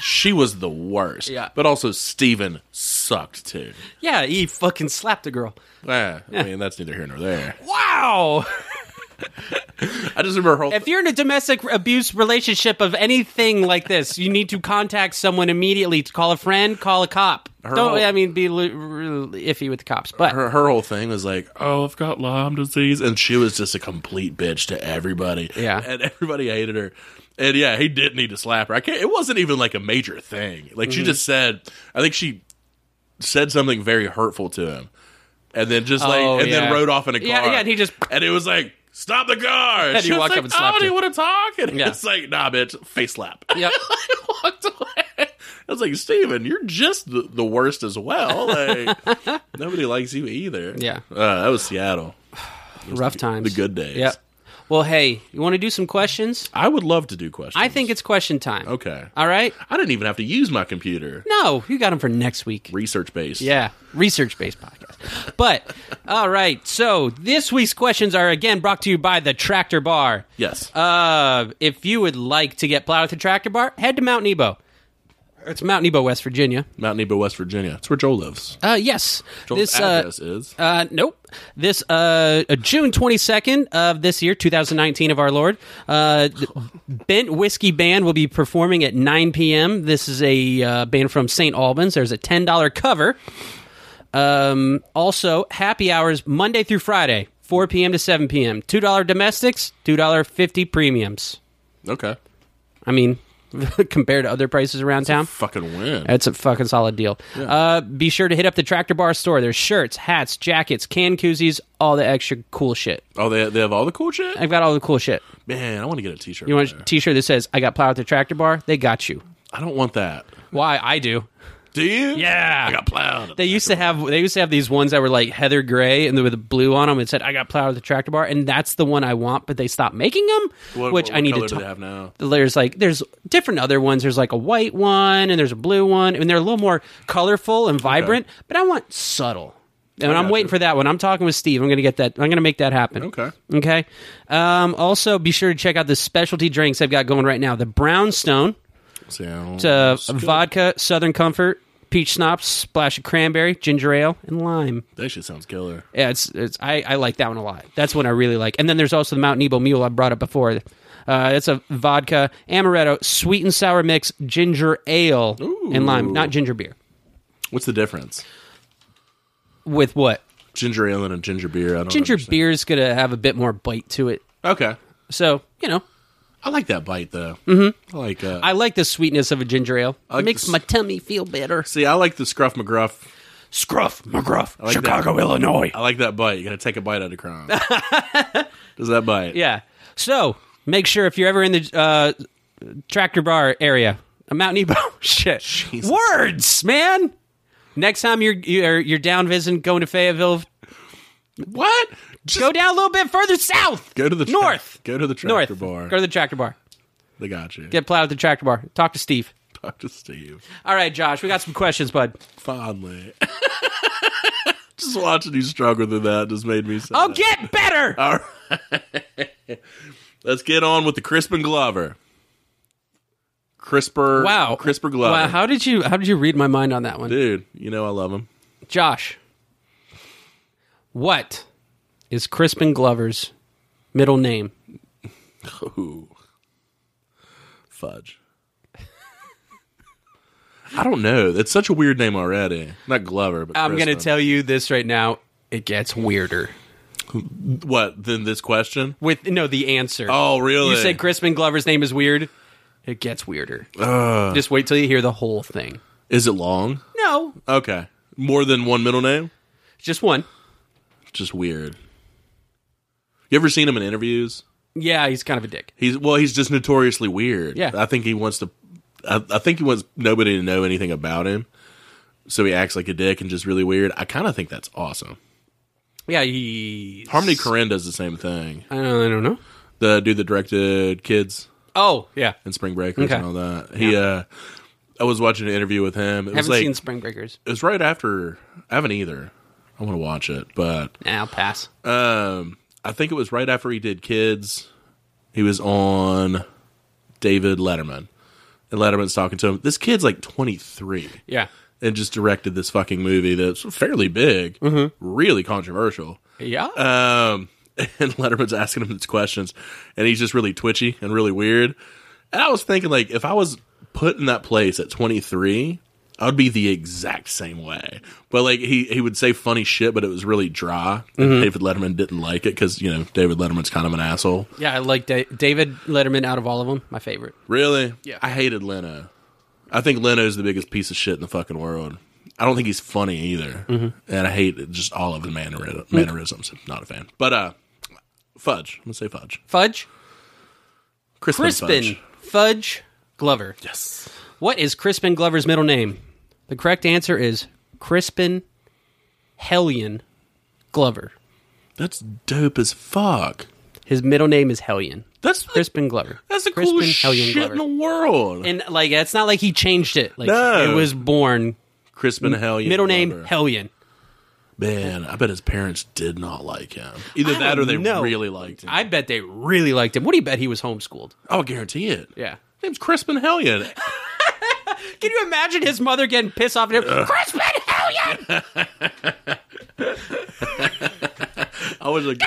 She was the worst.
Yeah.
But also Steven sucked too.
yeah, he fucking slapped a girl.
Eh, I mean that's neither here nor there.
Wow.
I just remember her whole
If you're in a domestic abuse relationship of anything like this, you need to contact someone immediately. To call a friend, call a cop. Don't
whole-
I mean be li- really iffy with the cops, but
her, her whole thing was like, "Oh, I've got Lyme disease," and she was just a complete bitch to everybody.
Yeah.
and everybody hated her. And yeah, he did need to slap her. I can't. It wasn't even like a major thing. Like
Mm-hmm.
she just said, I think she said something very hurtful to him, and then just like,
Oh,
and
yeah.
then rode off in a car.
Yeah, yeah, and he just-
and it was like. Stop the car! And
he walked up and slapped
"I don't
her."
want to talk. And
Yeah.
it's like, nah, bitch, face slap.
Yep.
I walked away. I was like, Steven, you're just the, the worst as well. Like, nobody likes you either.
Yeah.
Uh, that was Seattle.
rough times.
The good days.
Yep. Well, hey, you want to do some questions?
I would love to do questions.
I think it's question time.
Okay.
All right.
I didn't even have to use my computer.
No, you got them for next week.
Research based.
Yeah, research based podcast. But, all right. So, this week's questions are again brought to you by the Tractor Bar.
Yes.
Uh, if you would like to get plowed with the Tractor Bar, head to Mount Nebo. It's Mount Nebo, West Virginia.
Mount Nebo, West Virginia. That's where Joel lives.
Uh, yes.
Joel's
this, uh,
address is.
uh, nope. This uh, uh, June twenty second of this year, two thousand nineteen of our Lord, uh, th- Bent Whiskey Band will be performing at nine p.m. This is a uh, band from St. Albans. There's a ten dollar cover. Um, also, happy hours Monday through Friday, four p.m. to seven p.m. Two dollar domestics, two dollar fifty premiums.
okay.
I mean, compared to other prices around town.
Fucking win.
That's a fucking solid deal. Uh, be sure to hit up the Tractor Bar store. There's shirts, hats, jackets, can koozies, all the extra cool shit.
oh, they, they have all the cool shit?
I've got all the cool shit.
Man, I want to get a t shirt.
uh, You want a t-shirt that says "I got plowed at the Tractor Bar"? They got you.
I don't want that.
Why? I do.
Do you?
Yeah.
I got plowed.
They used to have they used to have these ones that were like heather gray and with the blue on them. It said "I got plowed at the Tractor Bar," and that's the one I want. But they stopped making them,
What-
which
what-
I
what
need
color
to
do they
talk.
have now?
There's like there's different other ones. There's like a white one and there's a blue one, and they're a little more colorful and vibrant. But I want subtle, and I'm
got
waiting
you.
for that one. I'm talking with Steve. I'm gonna get that. I'm gonna make that happen.
Okay.
Okay. Um, also, be sure to check out the specialty drinks I've got going right now. The Brownstone
Sounds
uh,
good.
vodka, Southern Comfort, peach schnapps, splash of cranberry, ginger ale, and lime.
That shit sounds killer.
Yeah, it's, it's I, I like that one a lot. That's one I really like. And then there's also the Mount Nebo Mule I brought up before. Uh, that's a vodka, amaretto, sweet and sour mix, ginger ale, and lime.
Ooh.
Not ginger beer.
What's the difference?
With what?
Ginger ale and a ginger beer. I don't
Ginger
understand.
beer is going to have a bit more bite to it.
Okay.
So, you know,
I like that bite though. Mm-hmm. I like. Uh,
I like the sweetness of a ginger ale.
like
it makes
the s-
my tummy feel better.
see, I like the scruff McGruff.
Scruff, McGruff,
like that. Chicago,
Illinois.
I like that bite. You gotta take a bite out of crime. Does that bite?
Yeah. So make sure if you're ever in the uh, tractor bar area, a Mount Nebo. Shit.
Jesus.
Words, man. Next time you're you're, you're down visiting, going to Fayetteville,
What? Just
go down a little bit further south.
go to the tra-
north.
Go to the tractor
North.
bar.
Go to the tractor bar.
they got you.
Get plowed at the tractor bar. Talk to Steve.
Talk to Steve.
All right, Josh, we got some questions, bud.
Fondly. just watching you struggle through that just made me sad.
Oh, get better.
Let's get on with the Crispin Glover. Crisper.
wow.
Crisper Glover.
Wow, how did you how did you read my mind on that one?
Dude, you know I love him.
Josh, what is Crispin Glover's middle name?
Ooh. Fudge. I don't know. That's such a weird name already. Not Glover, but
I'm going to
Crispin.
tell you this right now. It gets weirder.
What? Then this question?
With no, the answer.
Oh, really?
you said Crispin Glover's name is weird. It gets weirder. Just wait till you hear the whole thing.
Is it long?
No,
Okay. More than one middle name?
just one.
Just weird. You ever seen him in interviews?
Yeah, he's kind of a dick.
He's well, he's just notoriously weird.
Yeah.
I think he wants to. I, I think he wants nobody to know anything about him, so he acts like a dick and just really weird. I kind of think that's awesome.
Yeah, he's.
Harmony Korine does the same thing.
I don't, I don't know.
The dude that directed Kids
Oh, yeah.
and Spring Breakers
Okay.
and all that. He, uh, I was watching an interview with him. It was
Haven't
like
seen Spring Breakers.
it was right after. I haven't either. I want to watch it, but
Nah, I'll pass.
Um, I think it was right after he did Kids. He was on David Letterman, and Letterman's talking to him. This kid's like 23,
Yeah.
and just directed this fucking movie that's fairly big,
Mm-hmm.
really controversial.
Yeah.
Um, and Letterman's asking him these questions, and he's just really twitchy and really weird. And I was thinking, like, if I was put in that place at 23, I'd be the exact same way. But like, he he would say funny shit, but it was really dry. And David Letterman didn't like it because you know David Letterman's kind of an asshole.
yeah, I like da- David Letterman out of all of them. My favorite.
Really?
Yeah.
I hated Leno. I think Leno's the biggest piece of shit in the fucking world. I don't think he's funny either, and I hate just all of his manner- mannerisms. Not a fan. But uh, fudge. I'm gonna say fudge.
Fudge?
Crispin.
Crispin
Fudge.
Fudge Glover.
Yes.
What is Crispin Glover's middle name? The correct answer is Crispin Hellion Glover.
That's dope as fuck.
His middle name is Hellion.
That's the,
Crispin Glover.
that's the
Crispin
coolest shit in the world.
And like it's not like he changed it. Like
No.
it was born
Crispin Hellion.
middle name
Glover.
Hellion.
Man, I bet his parents did not like him. Either
I
that or
don't
they
know.
really liked him.
I bet they really liked him. What do you bet he was homeschooled?
I'll guarantee it.
Yeah.
His name's Crispin Hellion.
Can you imagine his mother getting pissed off at him? Crispin Hellion!
I was like,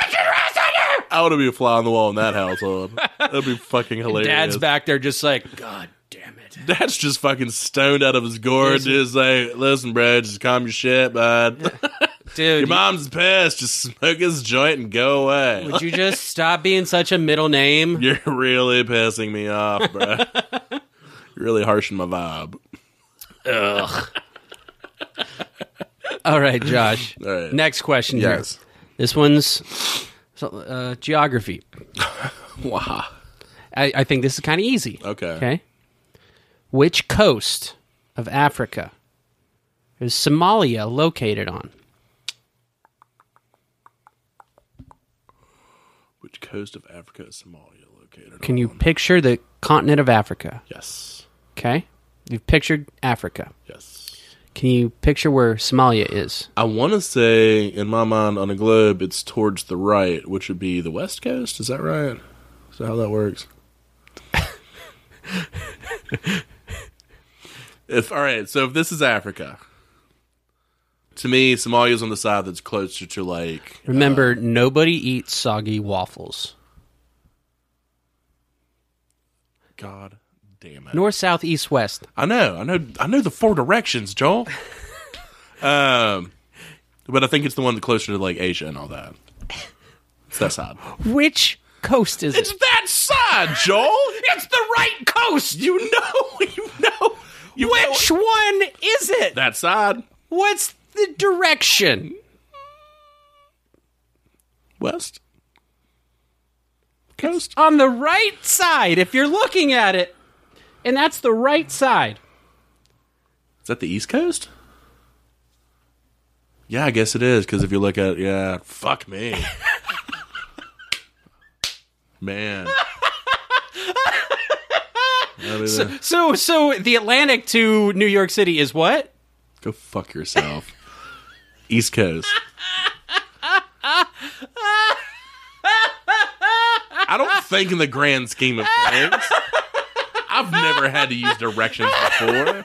I want to be a fly on the wall in that household. That'd be fucking hilarious.
Dad's back there just like, God damn it.
Dad's just fucking stoned out of his gourd.
Listen.
Just like, listen, bro, just calm your shit, bud.
Dude,
your mom's pissed. Just smoke his joint and go away.
would you just stop being such a middle name?
You're really pissing me off, bro. You're really harshing my vibe.
All right, Josh.
All right.
Next question. here.
Yes.
This one's so- uh, geography.
Wow.
I, I think this is kind of easy.
Okay.
Okay. Which coast of Africa is Somalia located on?
Which coast of Africa is Somalia located?
Can you picture the continent of Africa?
Yes.
Okay. You've pictured Africa.
Yes.
Can you picture where Somalia is?
I want to say, in my mind, on a globe, it's towards the right, which would be the west coast. Is that right? Is that how that works? If all right, so if this is Africa, to me, Somalia's on the side that's closer to like
Remember,
Uh.
nobody eats soggy waffles.
God damn it.
North, south, east, west.
I know, I know, I know the four directions, Joel. um, but I think it's the one that's closer to like Asia and all that. It's that side.
Which coast is
It's that side, Joel. It's the right coast. You know, you know, you know
it? Which one is it?
that side
What's the direction?
west coast.
On the right side, if you're looking at it, and that's the right side.
Is that the East Coast? Yeah, I guess it is because if you look at yeah, fuck me, man. That'll be the-
So, so the Atlantic to New York City is what?
Go fuck yourself, East Coast. I don't think in the grand scheme of things. I've never had to use directions before.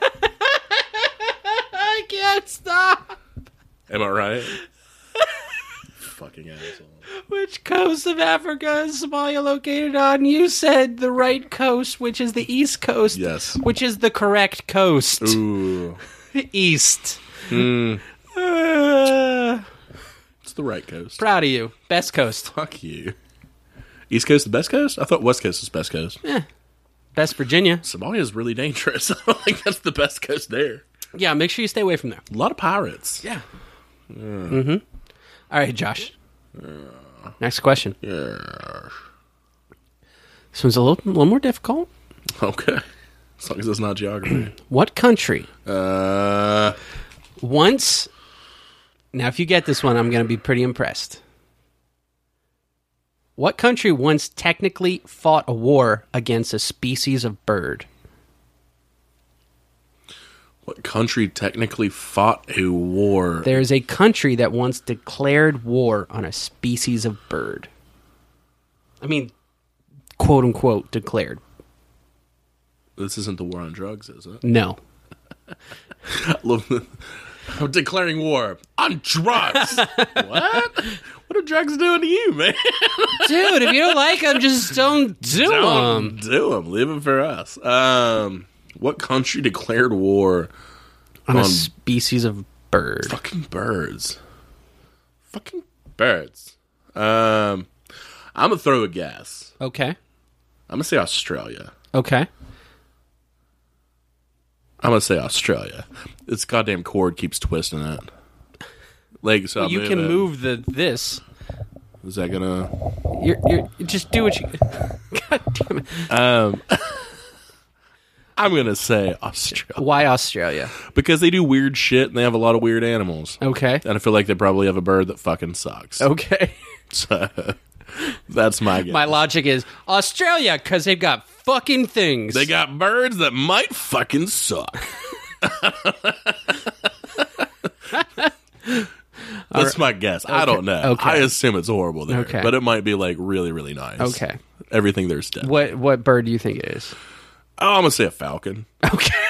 I can't stop.
Am I right? Fucking asshole.
Which coast of Africa is Somalia located on? You said the right coast, which is the east coast.
Yes.
Which is the correct coast.
Ooh. Hmm.
East. Uh,
It's the right coast.
proud of you. Best coast.
Fuck you. East Coast the best coast? I thought West Coast was best coast.
Best Virginia.
Somalia is really dangerous. I don't think that's the best coast there.
Yeah, make sure you stay away from there.
A lot of pirates.
Yeah. Mm-hmm. All right, Josh. Next question. This one's a little, little more difficult.
Okay. As long as it's not geography.
What country
uh,
once? Now, if you get this one, I'm going to be pretty impressed. What country once technically fought a war against a species of bird?
what country technically fought a war?
There is a country that once declared war on a species of bird. I mean, quote unquote, declared.
This isn't the war on drugs, is it?
No.
Love the- I'm declaring war on drugs. what? What are drugs doing to you, man?
Dude, if you don't like them, just don't do them.
Don't do them. Leave them for us. Um, what country declared war?
On a
on-
species of bird.
Fucking birds. Fucking birds. Um, I'm gonna throw a guess.
Okay.
I'm gonna say Australia.
Okay.
I'm gonna say Australia. This goddamn cord keeps twisting it. Like so, I
you can
it.
move the this.
Is that gonna?
You're, you're just do what you. God damn it!
I'm gonna say Australia
Why Australia?
because they do weird shit and they have a lot of weird animals.
Okay.
And I feel like they probably have a bird that fucking sucks.
Okay.
So that's my guess.
Oh. My logic is Australia because they've got fucking things.
They got birds that might fucking suck. That's my guess. I don't know.
Okay.
I assume it's horrible there,
Okay.
but it might be like really, really nice.
Okay.
Everything there's dead.
What what bird do you think it is?
Oh, I'm gonna say a falcon.
Okay.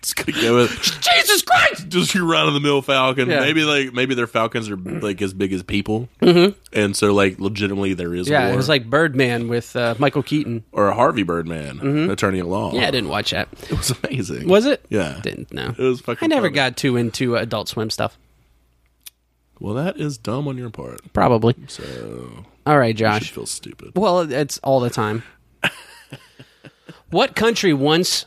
It's gonna go with
Jesus Christ!
just your run of the mill falcon.
Yeah.
Maybe like maybe their falcons are like as big as people, mm-hmm. and so like legitimately there is
Yeah,
war.
it was like Birdman with uh, Michael Keaton.
or a Harvey Birdman attorney at law.
Mm-hmm. Yeah, I didn't watch that.
it was amazing.
Was it?
Yeah,
Didn't know.
It was fucking
I never
funny.
got too into uh, Adult Swim stuff.
Well, that is dumb on your part.
Probably.
So
All right,
I
Josh.
feel stupid.
Well, it's all the time. what country once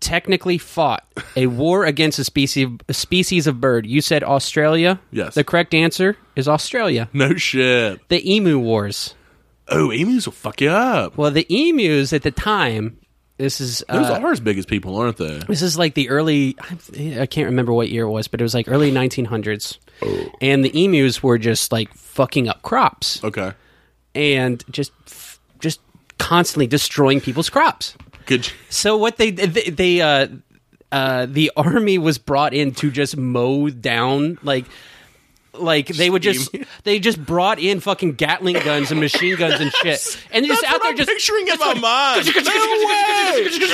technically fought a war against a species a species of bird? You said Australia.
Yes.
The correct answer is Australia.
No shit.
The emu wars.
Oh, emus will fuck you up.
Well, the emus at the time. This is
Those
uh,
are as big as people, aren't they?
this is like the early. I- I can't remember what year it was, but it was like early 1900s, and the emus were just like fucking up crops.
Okay.
and just just constantly destroying people's crops.
Good. j-
So what they they, they uh, uh, the army was brought in to just mow down like like they would just
Steam.
they just brought in fucking Gatling guns and machine guns and shit, and just
That's
out
what
there
I'm
just
picturing in my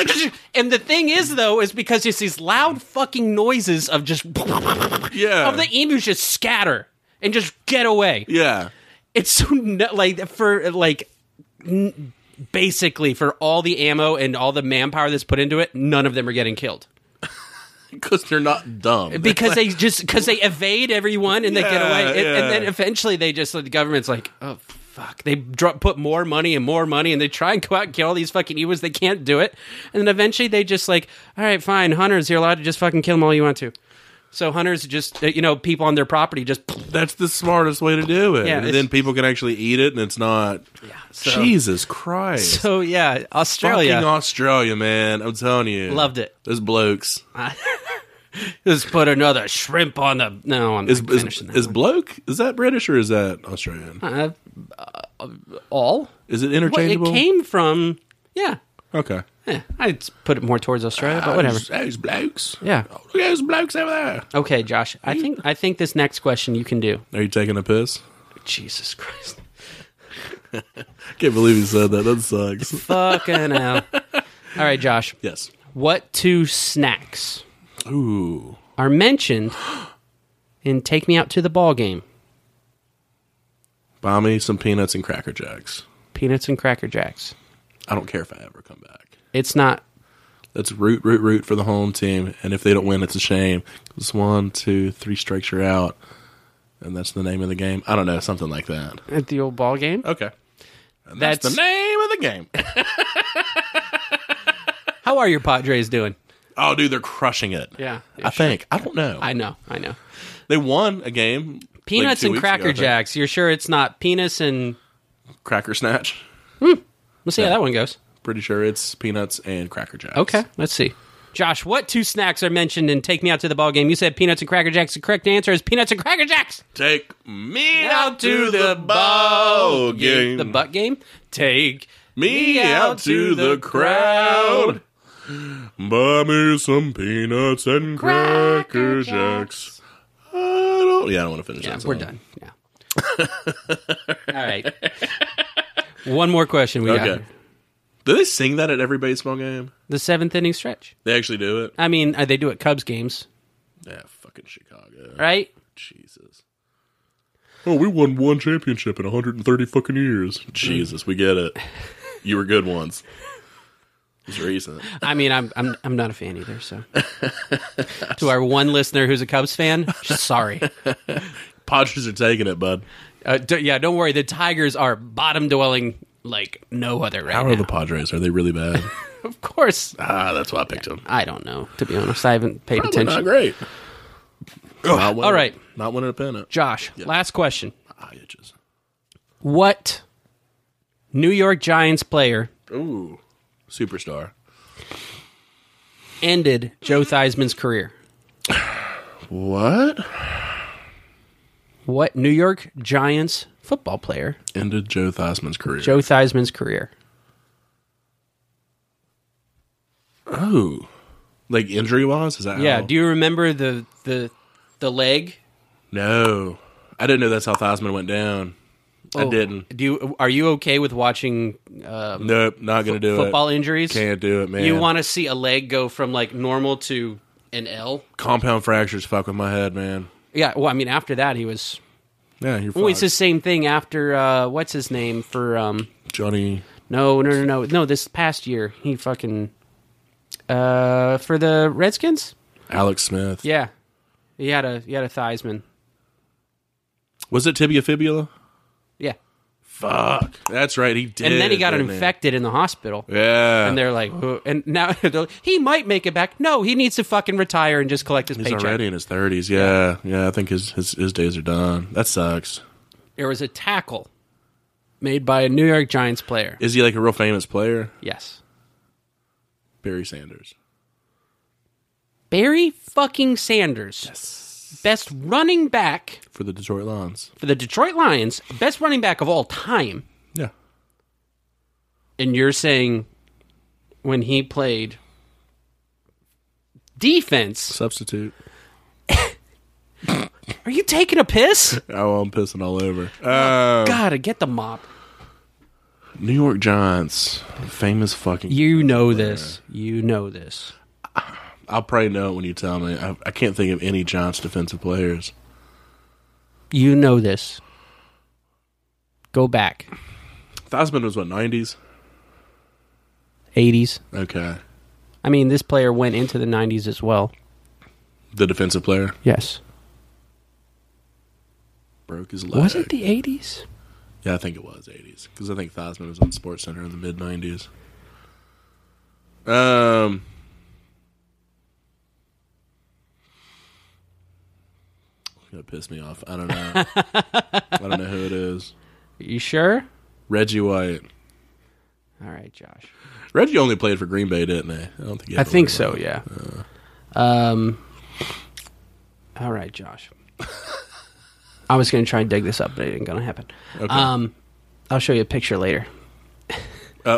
mind. No way.
and the thing is, though, is because it's these loud fucking noises of just
Yeah.
of the emus just scatter and just get away.
Yeah.
It's so nu- like for like n- basically for all the ammo and all the manpower that's put into it, none of them are getting killed
Because they're not dumb.
because they just because they evade everyone and they get
Yeah,
away, and,
yeah.
and then eventually they just the government's like, oh fuck, they drop, put more money and more money, and they try and go out and kill all these fucking Ewas. They can't do it, and then eventually they just like, all right, fine, hunters, you're allowed to just fucking kill them all you want to. So hunters just uh, you know people on their property just
That's the smartest way to do it.
Yeah,
and
it's-
then people can actually eat it, and it's not.
so-
Jesus Christ.
so yeah
Fucking
Australia
Australia, man. I'm telling you.
Loved it.
Those blokes.
just put another shrimp on the no I'm
Is,
not
is,
finishing that
is
one.
bloke, is that British or is that Australian?
Uh, uh, all
Is it
Well, it
interchangeable?
came from yeah.
okay.
Eh, I'd put it more towards Australia,
Uh,
but whatever.
Those, those blokes.
Yeah.
Oh, look at those blokes over there.
Okay, Josh. I think I think this next question you can do.
Are you taking a piss?
Jesus Christ.
Can't believe you said that. That sucks.
Fucking hell. All right, Josh.
yes.
What two snacks
Ooh.
are mentioned in Take Me Out to the Ball Game?
Buy me some peanuts and cracker jacks.
Peanuts and Cracker Jacks.
I don't care if I ever come back.
It's not
That's root, root, root for the home team. And if they don't win, it's a shame. It's one, two, three strikes you're out. And that's the name of the game. I don't know, something like that.
at the old ball game.
Okay. And
that's
that's,
That's- the
the name of the game.
How are your Padres doing?
oh, dude, they're crushing it.
Yeah, they
I think. I don't know.
I know, I know.
they won a game. like,
Peanuts
two
and
weeks ago, I
Cracker
think.
Jacks. You're sure it's not penis and
Cracker Snatch.
let's see how that one goes.
Pretty sure it's peanuts and cracker jacks.
Okay, let's see. Josh, what two snacks are mentioned in Take Me Out to the Ball Game? You said peanuts and cracker jacks. The correct answer is peanuts and cracker jacks.
Take me out to the ball game.
The butt game? Take
me out to the crowd. Buy me some peanuts and cracker jacks. I don't. Yeah, I don't want to finish
Yeah,
that.
we're
song.
done. Yeah. All right. One more question we
Okay.
got.
Do they sing that at every baseball game?
The seventh inning stretch.
They actually do it.
I mean, uh, they do at Cubs games,
Yeah, fucking Chicago.
right?
Jesus. Oh, we won one championship in 130 fucking years. Jesus, we get it. You were good once. It's recent.
I mean, I'm I'm I'm not a fan either. So, to our one listener who's a Cubs fan, sorry.
Padres are taking it, bud.
Uh, d- yeah, don't worry. The Tigers are bottom dwelling like no other right
How
now.
are the Padres? Are they really bad?
of course,
ah, that's why I picked them.
I don't know. To be honest, I haven't paid
Probably not
attention.
great. Not winning-
All right.
Not winning a pennant.
Josh, last question.
Ah, itches.
What New York Giants player
Ooh. Superstar.
ended Joe Theismann's career?
What?
What New York Giants football player
Ended Joe Theismann's career.
Joe Theismann's career?
oh. Like injury wise? Is that
Yeah,
how-
do you remember the the the leg?
No. I didn't know that's how Theismann went down. I
Oh,
didn't.
Do you are you okay with watching um,
Nope, not gonna do
football
it.
injuries?
Can't do it, man.
You want to see a leg go from like normal to an L?
compound fractures? Fuck with my head, man.
Yeah. Well, I mean, after that, he was.
Yeah, you're
Well,
fucked.
it's the same thing after uh, what's his name for um,
Johnny.
No, no, no, no, no. This past year, he fucking uh for the Redskins.
Alex Smith.
Yeah, he had a he had a Theismann.
Was it tibia fibula?
Yeah,
Fuck. That's right. He did.
and then he got
didn't
infected in the hospital.
Yeah.
And they're like, "Whoa," and now they're like, he might make it back. No, he needs to fucking retire and just collect his
He's
paycheck.
already in his thirties. Yeah. Yeah. I think his, his his days are done. That sucks.
There was a tackle made by a New York Giants player.
Is he like a real famous player?
Yes,
Barry Sanders.
Barry fucking Sanders, best running back
For the Detroit Lions.
for the Detroit Lions, best running back of all time.
Yeah.
and you're saying when he played defense
Substitute.
Are you taking a piss?
Oh, I'm pissing all over. Uh,
Gotta get the mop.
New York Giants, famous fucking.
You know this. You know this.
I'll probably know it when you tell me. I, I can't think of any Giants defensive players.
You know this. Go back.
Theismann was what 90s.
80s.
Okay,
I mean, this player went into the 90s as well.
the defensive player
Yes.
broke his leg.
Was it the 80s?
Yeah, I think it was 80s because I think Theismann was on Sports Center in the mid 90s. Um, it's gonna piss me off. I don't know. I don't know who it is.
Are you sure?
Reggie White.
All right, Josh.
Reggie only played for Green Bay, didn't he? I don't think. He
I
ever
think
played
so,
for-
yeah. Um, all right, Josh. I was going to try and dig this up, but it ain't going to happen.
Okay.
Um, I'll show you a picture later.
Uh,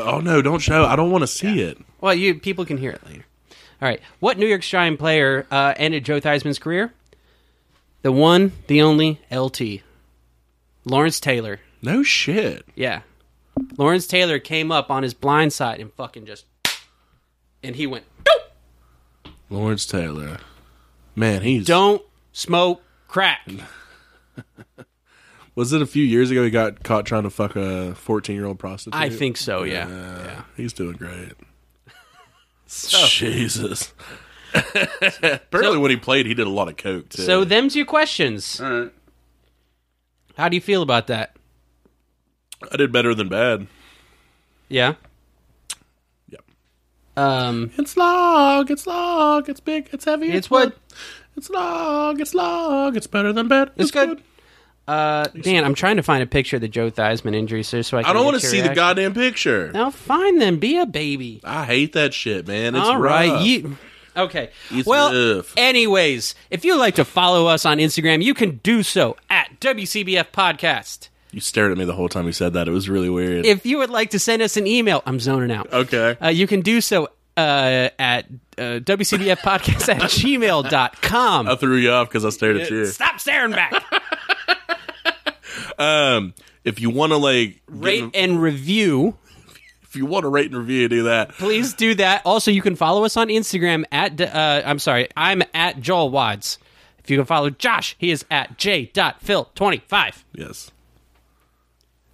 oh no! Don't show. I don't want to see it.
Well, you people can hear it later. All right. What New York Giant player uh, ended Joe Theismann's career? The one, the only LT. Lawrence Taylor.
No shit.
Yeah. Lawrence Taylor came up on his blind side and fucking just. And he went, "Doop!
Lawrence Taylor. Man, he's.
don't smoke crack.
Was it a few years ago he got caught trying to fuck a fourteen-year-old prostitute?
I think so, yeah.
Uh,
yeah.
He's doing great. Jesus. Apparently, when he played, he did a lot of coke too.
So them's your questions. How do you feel about that?
I did better than bad.
Yeah.
Yep.
Um,
It's log. It's log. It's big. It's heavy.
It's what?
It's log. It's log. It's better than bad.
It's good. Uh, Dan, I'm trying to find a picture of the Joe Theismann injury, so, so I can
I don't
want to
see the goddamn picture.
Now find them. Be a baby.
I hate that shit, man. It's
All right,
rough.
you. Okay.
It's
well,
rough.
anyways, if you like to follow us on Instagram, you can do so at WCBF Podcast.
You stared at me the whole time you said that. It was really weird.
If you would like to send us an email, I'm zoning out.
okay.
Uh, you can do so uh, at uh, WCBF Podcast at gmail.com.
I threw you off because I stared at you.
Stop staring back.
Um, if you want to like, get-
Rate and review.
if you want to rate and review, do that.
Please do that. Also, you can follow us on Instagram at, uh, I'm sorry, I'm at Joel Wads. If you can follow Josh, he is at j.phil25.
Yes.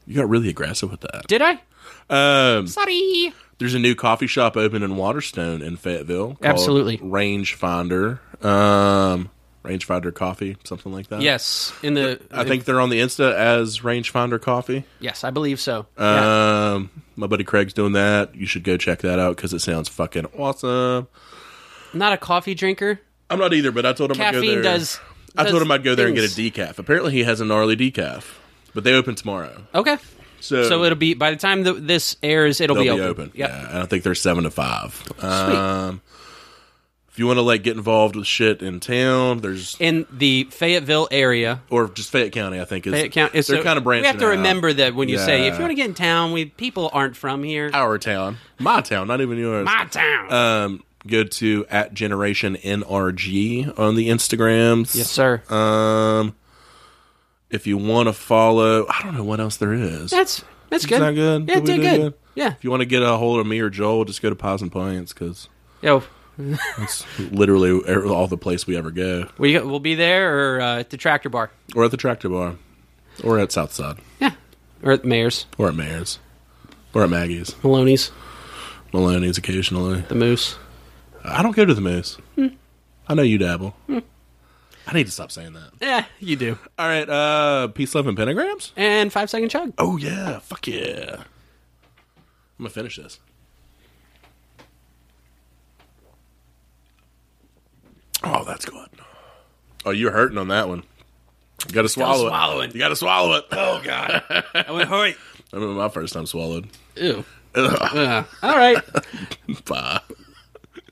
You got really aggressive with that.
Did I?
Um,
Sorry.
there's a new coffee shop open in Waterstone in Fayetteville. called
Absolutely.
Rangefinder. Um, Rangefinder Coffee, something like that.
Yes, in the,
I think they're on the Insta as Rangefinder Coffee.
yes, I believe so. Yeah.
Um, my buddy Craig's doing that. You should go check that out because it sounds fucking awesome.
Not a coffee drinker.
I'm not either, but I told him I'd go there.
Caffeine does.
I told
does
him I'd go there and get a
things.
decaf. Apparently, he has a gnarly decaf, but they open tomorrow.
Okay.
So,
So it'll be, by the time the, this airs, it'll
they'll
be
be open.
open. Yep.
Yeah, and I think they're seven to five. Um, if you want to like get involved with shit in town, there's
in the Fayetteville area.
or just Fayette County. I think is
Fayette County.
They're
so
kind of branching.
We have to
out.
remember that when you say,
Yeah.
if you want to get in town, we people aren't from here.
our town, my town, not even yours.
My town.
um, go to at Generation NRG on the Instagrams.
yes, sir.
Um, if you want to follow, I don't know what else there is.
that's that's good.
that good?
Yeah,
Did we
did
do
good.
good?
Yeah.
if you want to get a hold of me or Joel, just go to Pies and Pints because
Yo,
that's literally e, all the place we ever go.
we we'll be there or uh, at the tractor bar.
Or at the tractor bar. Or at Southside.
Yeah. Or at the mayor's,
Or at Mayor's. Or at Maggie's.
Maloney's,
Maloney's occasionally.
the Moose.
I don't go to the Moose. I know you dabble. I need to stop saying that.
Yeah, you do.
All right. Uh, peace, love, and pentagrams?
And five second chug.
Oh, yeah. Fuck yeah. I'm going to finish this. Oh, that's good. Oh, you're hurting on that one. You got to swallow it.
swallow it.
You got to swallow it. Oh, God.
I went hurry.
I remember my first time swallowed.
Ew. Uh, all right.
Bye.